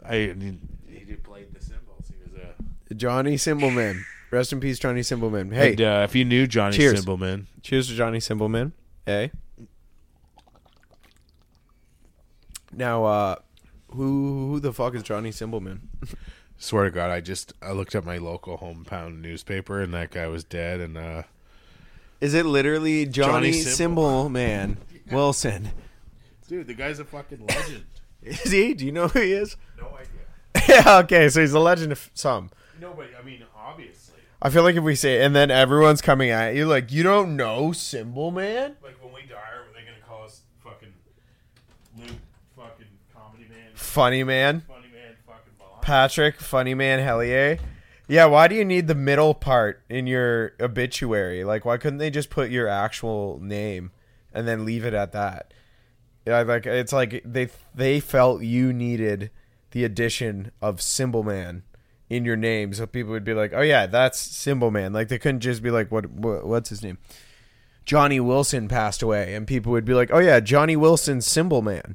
Speaker 2: I mean, he played the cymbals. He was a.
Speaker 1: Johnny Symbolman. Rest in peace, Johnny Symbolman. Hey,
Speaker 2: And, uh, if you knew Johnny
Speaker 1: Cheers.
Speaker 2: Cymbalman,
Speaker 1: cheers to Johnny Symbolman. Hey. Now, uh, who who the fuck is Johnny Symbolman?
Speaker 2: swear to God, I just I looked up my local hometown newspaper and that guy was dead. And uh,
Speaker 1: Is it literally Johnny,
Speaker 2: Johnny
Speaker 1: Symbol Symbolman Wilson?
Speaker 2: dude, the guy's a fucking legend.
Speaker 1: Is he? Do you know who he is?
Speaker 2: no idea.
Speaker 1: yeah, okay, so he's a legend of some.
Speaker 2: No, but I mean, obviously,
Speaker 1: I feel like if we say, and then everyone's coming at you like, you don't know Symbol Man?
Speaker 2: like when we die, are they gonna call us fucking Luke, fucking comedy man?
Speaker 1: Funny Man.
Speaker 2: funny man fucking Bond.
Speaker 1: Patrick, Funny Man Hellier. Yeah, why do you need the middle part in your obituary? Like, why couldn't they just put your actual name and then leave it at that? Yeah, like it's like they they felt you needed the addition of Symbol Man in your name, so people would be like, "Oh yeah, that's Symbol Man." Like they couldn't just be like, "What, what what's his name?" Johnny Wilson passed away, and people would be like, "Oh yeah, Johnny Wilson, Symbol Man."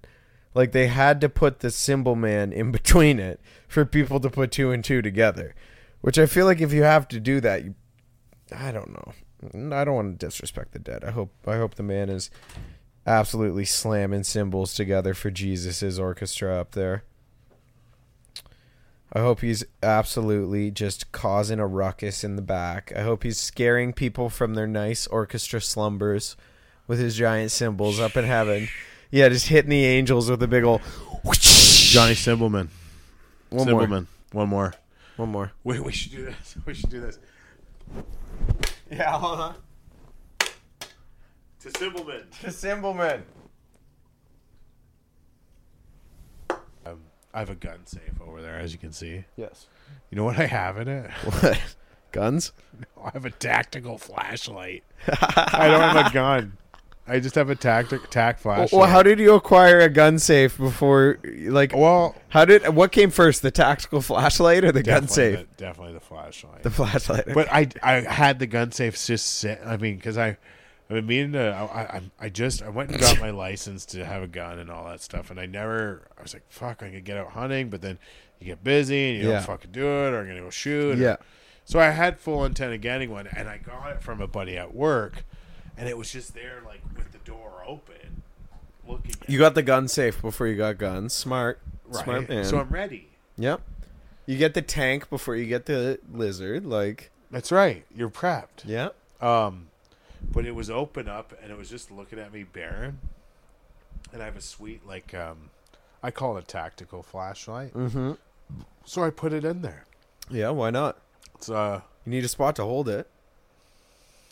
Speaker 1: Like they had to put the Symbol Man in between it for people to put two and two together, which I feel like if you have to do that, you, I don't know. I don't want to disrespect the dead. I hope I hope the man is absolutely slamming cymbals together for Jesus's orchestra up there. I hope he's absolutely just causing a ruckus in the back. I hope he's scaring people from their nice orchestra slumbers with his giant cymbals up in heaven. Yeah, just hitting the angels with a big ol'
Speaker 2: Johnny Simbleman.
Speaker 1: one
Speaker 2: Simbleman.
Speaker 1: more,
Speaker 2: One more.
Speaker 1: one more.
Speaker 2: Wait, we should do this. We should do this.
Speaker 1: Yeah, hold on.
Speaker 2: To Simbleman.
Speaker 1: The cymbal man.
Speaker 2: Um, I have a gun safe over there, as you can see.
Speaker 1: Yes.
Speaker 2: You know what I have in it?
Speaker 1: What? Guns?
Speaker 2: I have a tactical flashlight. I don't have a gun. I just have a tactic tac flashlight.
Speaker 1: Well, how did you acquire a gun safe before, like,
Speaker 2: Well,
Speaker 1: how did what came first, the tactical flashlight or the gun
Speaker 2: definitely
Speaker 1: safe?
Speaker 2: the- definitely the flashlight.
Speaker 1: The flashlight.
Speaker 2: but I I had the gun safe just sit. I mean, because I I mean, meaning to. I, I I just I went and got my license to have a gun and all that stuff, and I never. I was like, fuck, I could get out hunting, but then you get busy and you
Speaker 1: Yeah.
Speaker 2: don't fucking do it, or I'm gonna go shoot. or-
Speaker 1: Yeah.
Speaker 2: so I had full intent of getting one, and I got it from a buddy at work, and it was just there, like with the door open, looking. At
Speaker 1: you got the gun safe before you got guns. Smart.
Speaker 2: right.
Speaker 1: Smart man.
Speaker 2: So I'm ready.
Speaker 1: yep. You get the tank before you get the lizard. Like,
Speaker 2: That's right. You're prepped.
Speaker 1: yeah.
Speaker 2: Um, but it was open up and it was just looking at me barren. And I have a sweet like um, I call it a tactical flashlight. Mm-hmm. So I put it in there.
Speaker 6: Yeah, why not?
Speaker 2: It's uh,
Speaker 6: You need a spot to hold it.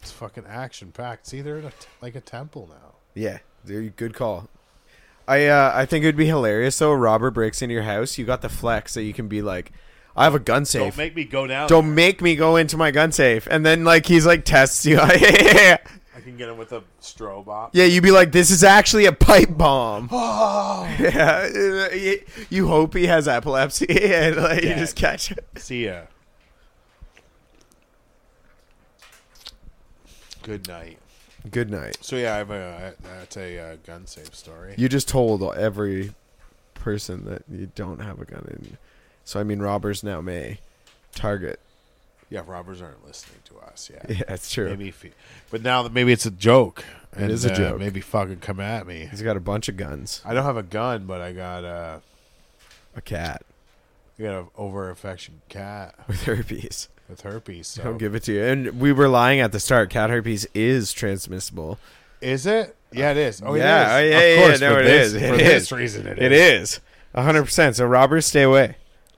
Speaker 2: it's fucking action packed. It's either in a t- like a temple now.
Speaker 6: Yeah, dude, good call.
Speaker 1: I uh, I think it would be hilarious. So a robber breaks into your house. You got the flex, so you can be like, I have a gun safe.
Speaker 2: Don't make me go down.
Speaker 1: Don't make me go into my gun safe. And then like he's like tests you. yeah,
Speaker 2: I can get him with a strobe op.
Speaker 1: yeah. You'd be like, this is actually a pipe bomb.
Speaker 2: Oh,
Speaker 1: yeah. uh, You, you hope he has epilepsy and like you
Speaker 2: Yeah.
Speaker 1: just catch it.
Speaker 2: see ya. Good night.
Speaker 1: Good night.
Speaker 2: So yeah, I have a that's a uh, gun safe story.
Speaker 1: You just told every person that you don't have a gun in. So I mean, robbers now may target.
Speaker 2: Yeah, robbers aren't listening to us. Yeah,
Speaker 1: Yeah, that's true.
Speaker 2: maybe, if you- but now that maybe it's a joke. It
Speaker 1: is a joke.
Speaker 2: Maybe fucking come at me.
Speaker 1: He's got a bunch of guns.
Speaker 2: I don't have a gun, but I got uh,
Speaker 1: A cat
Speaker 2: I got an over affection cat
Speaker 1: with herpes.
Speaker 2: with herpes. So.
Speaker 1: I'll give it to you. And we were lying at the start. Cat herpes is transmissible.
Speaker 2: Is it? Yeah, it is. Oh,
Speaker 1: yeah,
Speaker 2: it is.
Speaker 1: oh, yeah,
Speaker 2: Of
Speaker 1: yeah,
Speaker 2: course,
Speaker 1: no,
Speaker 2: for
Speaker 1: it
Speaker 2: this,
Speaker 1: is.
Speaker 2: For
Speaker 1: It
Speaker 2: this
Speaker 1: is.
Speaker 2: reason, it,
Speaker 1: It is. a 100%. So robbers, stay away.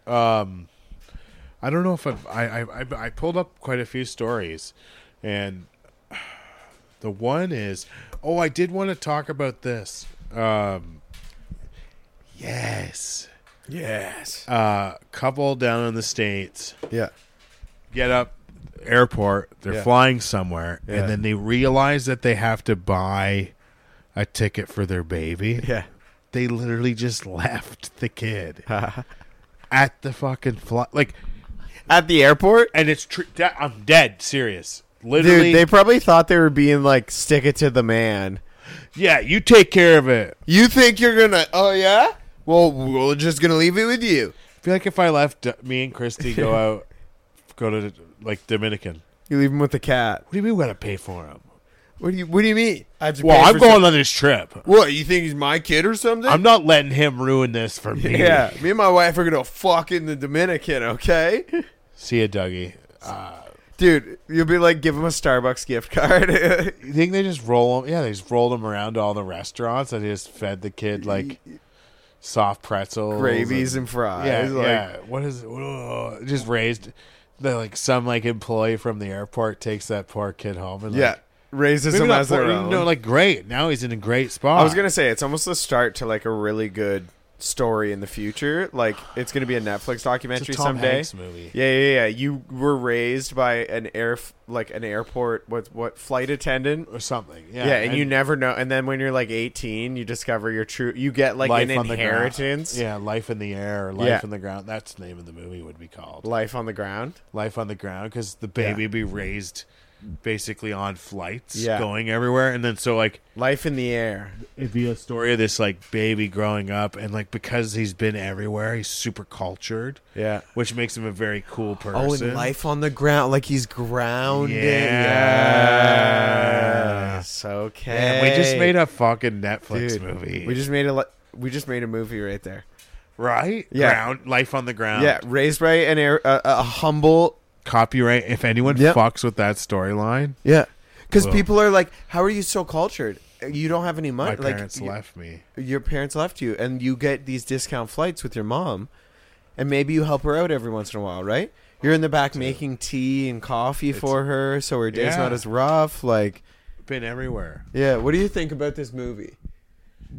Speaker 2: Um, I don't know if I've, I, I I I pulled up quite a few stories, and the one is oh I did want to talk about this. Um, yes,
Speaker 1: Yes.
Speaker 2: uh, couple down in the states
Speaker 1: Yeah.
Speaker 2: get up airport they're
Speaker 1: Yeah.
Speaker 2: flying somewhere
Speaker 1: Yeah.
Speaker 2: and then they realize that they have to buy a ticket for their baby
Speaker 1: Yeah.
Speaker 2: they literally just left the kid at the fucking fly like
Speaker 1: At the airport?
Speaker 2: and it's true i'm dead serious
Speaker 1: Dude,
Speaker 2: literally
Speaker 1: they probably thought they were being like, stick it to the man.
Speaker 2: yeah you take care of it
Speaker 1: You think you're going to, oh, yeah? Well, we're just going to leave it with you.
Speaker 2: i feel like if i left uh, me and christy go out go to like dominican
Speaker 1: You leave him with the cat.
Speaker 2: what do you mean we gotta pay for him
Speaker 1: What do you What do you mean? I have to
Speaker 2: well
Speaker 1: pay
Speaker 2: i'm
Speaker 1: for
Speaker 2: going
Speaker 1: some-
Speaker 2: on this trip
Speaker 1: what you think he's my kid or something?
Speaker 2: i'm not letting him ruin this for me
Speaker 1: yeah, me and my wife are gonna fuck in the Dominican, okay?
Speaker 2: see ya dougie uh,
Speaker 1: Dude, you'll be like, give him a Starbucks gift card.
Speaker 2: you think they just roll them? Yeah, they just rolled them around to all the restaurants and they just fed the kid like soft pretzels,
Speaker 1: gravies and fries.
Speaker 2: yeah,
Speaker 1: like,
Speaker 2: yeah. What is oh, just raised? The, like some like employee from the airport takes that poor kid home and like,
Speaker 1: yeah. Raises
Speaker 2: maybe
Speaker 1: him
Speaker 2: not
Speaker 1: as
Speaker 2: poor,
Speaker 1: their
Speaker 2: you
Speaker 1: own.
Speaker 2: know, like ah. great. Now he's in a great spot.
Speaker 1: I was gonna say it's almost the start to like a really good story in the future. Like it's gonna be a Netflix
Speaker 2: it's a
Speaker 1: documentary
Speaker 2: Tom
Speaker 1: someday.
Speaker 2: Hanks movie.
Speaker 1: Yeah, yeah, yeah. You were raised by an air, like an airport, what, what flight attendant?
Speaker 2: Or something, yeah,
Speaker 1: Yeah, and, you never know. And then when you're like 18, you discover your true. You get like
Speaker 2: life
Speaker 1: an
Speaker 2: on the ground.
Speaker 1: inheritance.
Speaker 2: yeah, life in the air, or life
Speaker 1: Yeah.
Speaker 2: in the ground. That's the name of the movie would be called.
Speaker 1: life on the ground.
Speaker 2: life on the ground because the baby be raised basically on flights
Speaker 1: Yeah.
Speaker 2: going everywhere and then so like
Speaker 1: Life in the air.
Speaker 2: it'd be a story of this like baby growing up and like because he's been everywhere he's super cultured
Speaker 1: Yeah.
Speaker 2: which makes him a very cool person
Speaker 1: Oh, and life on the ground, like he's grounded.
Speaker 2: Yeah.
Speaker 1: Yes. Okay.
Speaker 2: Man, we just made a fucking netflix
Speaker 1: Dude,
Speaker 2: movie
Speaker 1: We just made a. li- We just made a movie right there.
Speaker 2: right
Speaker 1: Yeah.
Speaker 2: ground life on the ground
Speaker 1: Yeah, raised by an air, a, a humble.
Speaker 2: copyright if anyone
Speaker 1: Yep.
Speaker 2: fucks with that storyline
Speaker 1: Yeah, because
Speaker 2: Whoa.
Speaker 1: people are like, "How are you so cultured? You don't have any
Speaker 2: my
Speaker 1: money. like
Speaker 2: parents
Speaker 1: y-
Speaker 2: left me
Speaker 1: your parents left you, and you get these discount flights with your mom, and maybe you help her out every once in a while, right? You're in the back making tea and coffee for her, so her day's
Speaker 2: Yeah.
Speaker 1: not as rough. Like,
Speaker 2: been everywhere
Speaker 1: yeah. What do you think about this movie?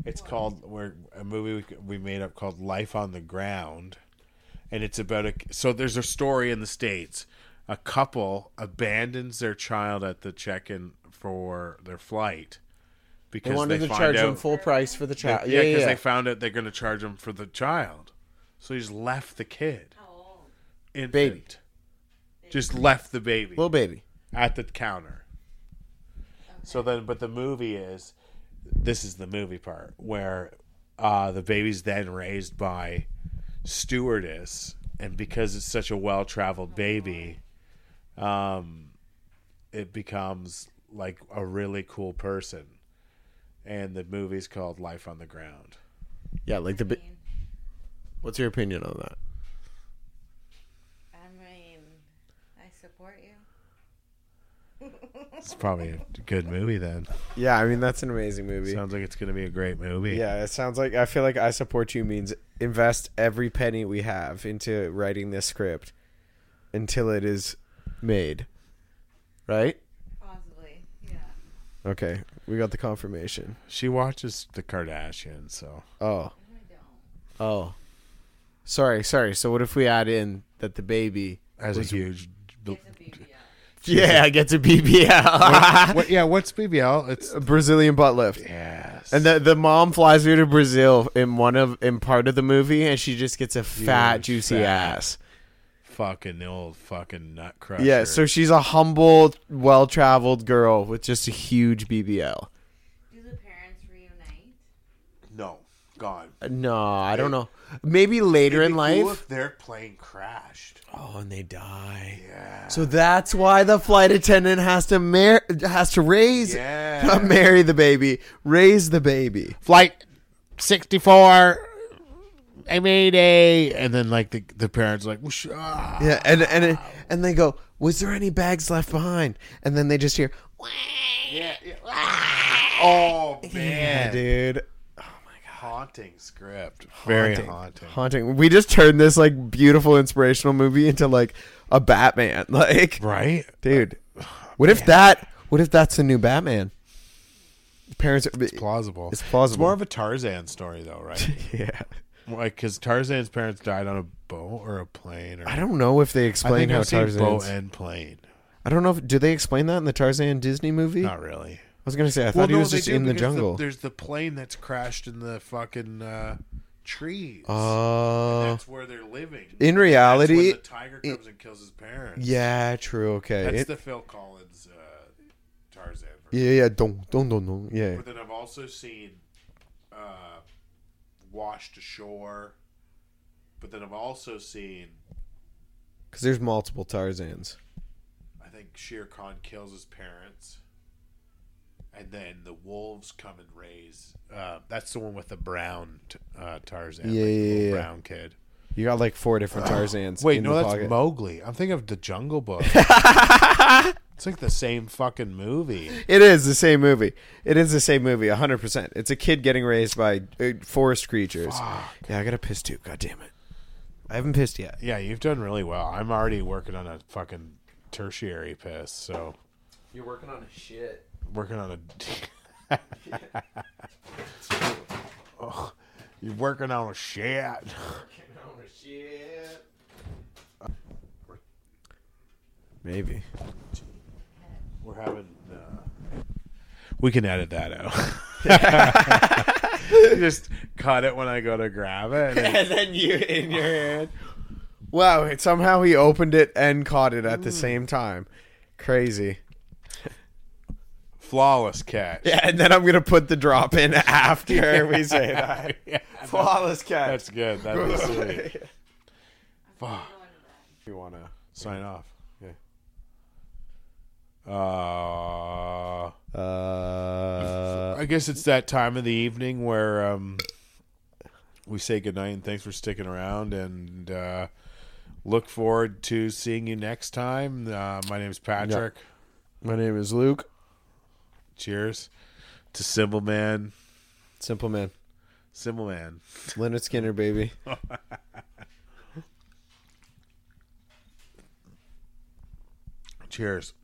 Speaker 2: It's called we're a movie we, we made up called Life on the Ground, and it's about a so there's a story in the states. A couple abandons their child at the check-in for their flight
Speaker 1: They
Speaker 2: because they,
Speaker 1: wanted to
Speaker 2: find
Speaker 1: charge
Speaker 2: out,
Speaker 1: them full price for the
Speaker 2: yeah,
Speaker 1: child.
Speaker 2: because
Speaker 1: Yeah, yeah. yeah.
Speaker 2: they found out they're going to charge them for the child, so he just left the kid, infant,
Speaker 1: Baby.
Speaker 2: just left the baby
Speaker 1: Little baby.
Speaker 2: at the counter. So then, but the movie is this is the movie part where uh, the baby's then raised by stewardess, and because it's such a well traveled baby, um, it becomes like a really cool person. And the movie's called Life on the Ground.
Speaker 1: Yeah, like the.
Speaker 4: I
Speaker 1: Bi-
Speaker 4: mean,
Speaker 1: What's your opinion on that?
Speaker 4: I mean, I support you.
Speaker 2: It's probably a good movie. Then
Speaker 1: Yeah, I mean that's an amazing movie.
Speaker 2: sounds like it's going to be a great movie.
Speaker 1: Yeah, it sounds like I feel like I support you means invest every penny we have into writing this script. until it is made. Right?
Speaker 4: Possibly. Yeah.
Speaker 1: Okay. We got the confirmation.
Speaker 2: She watches the Kardashians, so
Speaker 1: Oh.
Speaker 4: No, I don't.
Speaker 1: Oh. Sorry, sorry. So what if we add in that the baby
Speaker 2: has a huge.
Speaker 4: It's a BBL.
Speaker 1: Yeah, gets a BBL.
Speaker 2: what, yeah, what's BBL? It's
Speaker 1: Brazilian butt lift.
Speaker 2: yes,
Speaker 1: And the the mom flies her to Brazil in one of in part of the movie and she just gets a fat,
Speaker 2: Huge
Speaker 1: juicy
Speaker 2: fat.
Speaker 1: ass.
Speaker 2: fucking the old fucking nut crusher.
Speaker 1: Yeah, so she's a humble, well traveled girl with just a huge BBL.
Speaker 4: Do the parents reunite?
Speaker 2: no, gone.
Speaker 1: No, I don't know. Maybe later in life.
Speaker 2: their plane crashed.
Speaker 1: oh, and they die.
Speaker 2: Yeah,
Speaker 1: So that's why the flight attendant has to mar- has to raise
Speaker 2: Yeah.
Speaker 1: not marry the baby, raise the baby.
Speaker 2: flight sixty four. I made a, and then like the the parents like, Whoosh, ah.
Speaker 1: Yeah, and and it, and they go, "Was there any bags left behind?" And then they just hear,
Speaker 2: yeah, yeah, ah. oh
Speaker 1: "Yeah,
Speaker 2: man,
Speaker 1: dude."
Speaker 2: haunting script, very haunting.
Speaker 1: Haunting. We just turned this like beautiful inspirational movie into like a Batman. Like,
Speaker 2: right?
Speaker 1: dude, what if that? What if that's the new Batman? Parents, it's
Speaker 2: Plausible.
Speaker 1: It's plausible.
Speaker 2: It's more of a Tarzan story, though, right?
Speaker 1: yeah.
Speaker 2: like, because Tarzan's parents died on a boat or a plane, or
Speaker 1: I don't know if they
Speaker 2: I
Speaker 1: explain
Speaker 2: think
Speaker 1: how
Speaker 2: I've seen boat
Speaker 1: Tarzan.
Speaker 2: and plane.
Speaker 1: I don't know. if Do they explain that in the Tarzan Disney movie? I
Speaker 2: Not really.
Speaker 1: was gonna say I thought he was just in the jungle.
Speaker 2: there's the plane that's crashed in the fucking uh, trees.
Speaker 1: Oh,
Speaker 2: that's where they're living.
Speaker 1: in reality-
Speaker 2: that's when the tiger comes and kills his parents.
Speaker 1: yeah, true. Okay,
Speaker 2: that's
Speaker 1: It-
Speaker 2: the Phil Collins uh, Tarzan. Version.
Speaker 1: yeah, yeah, don't, don't, don't, don't. Yeah,
Speaker 2: But then I've also seen uh, Washed Ashore. But then I've also seen,
Speaker 1: because there's multiple Tarzans.
Speaker 2: I think Shere Khan kills his parents. And then the wolves come and raise. Uh, that's the one with the brown t- uh, Tarzan.
Speaker 1: Yeah,
Speaker 2: like the
Speaker 1: yeah,
Speaker 2: little
Speaker 1: yeah.
Speaker 2: brown kid.
Speaker 1: You got like four different Tarzans.
Speaker 2: Wait,
Speaker 1: in
Speaker 2: no,
Speaker 1: the
Speaker 2: that's
Speaker 1: pocket.
Speaker 2: Mowgli. I'm thinking of the Jungle Book. it's like the same fucking movie.
Speaker 1: it is the same movie. It is the same movie, hundred percent. It's a kid getting raised by uh, forest creatures.
Speaker 2: Ah,
Speaker 1: Yeah, I gotta piss too. God damn it, I haven't pissed yet.
Speaker 2: Yeah, you've done really well. I'm already working on a fucking tertiary piss, so
Speaker 7: You're working on a shit.
Speaker 2: working on a. Oh, you're working on a shit.
Speaker 1: Maybe.
Speaker 2: We're having. Uh... We can edit that out. Just cut it when I go to grab it. and it-
Speaker 1: and then you in your hand. Wow! it- Somehow he opened it and caught it at the same time. Crazy.
Speaker 2: flawless catch.
Speaker 1: Yeah, and then I'm gonna put the drop in after we say that.
Speaker 2: Yeah,
Speaker 1: Flawless catch.
Speaker 2: that's good. That's sweet.
Speaker 4: I'm going to bed.
Speaker 1: you wanna?
Speaker 2: Sign off. Yeah. Uh,
Speaker 1: Uh,
Speaker 2: I guess it's that time of the evening where um, we say goodnight and thanks for sticking around and uh, look forward to seeing you next time. Uh, my name's Patrick.
Speaker 1: my name is Luke.
Speaker 2: Cheers to Symbol Man.
Speaker 1: Simple man.
Speaker 2: Symbol Man.
Speaker 1: Leonard Skinner, baby.
Speaker 2: Cheers.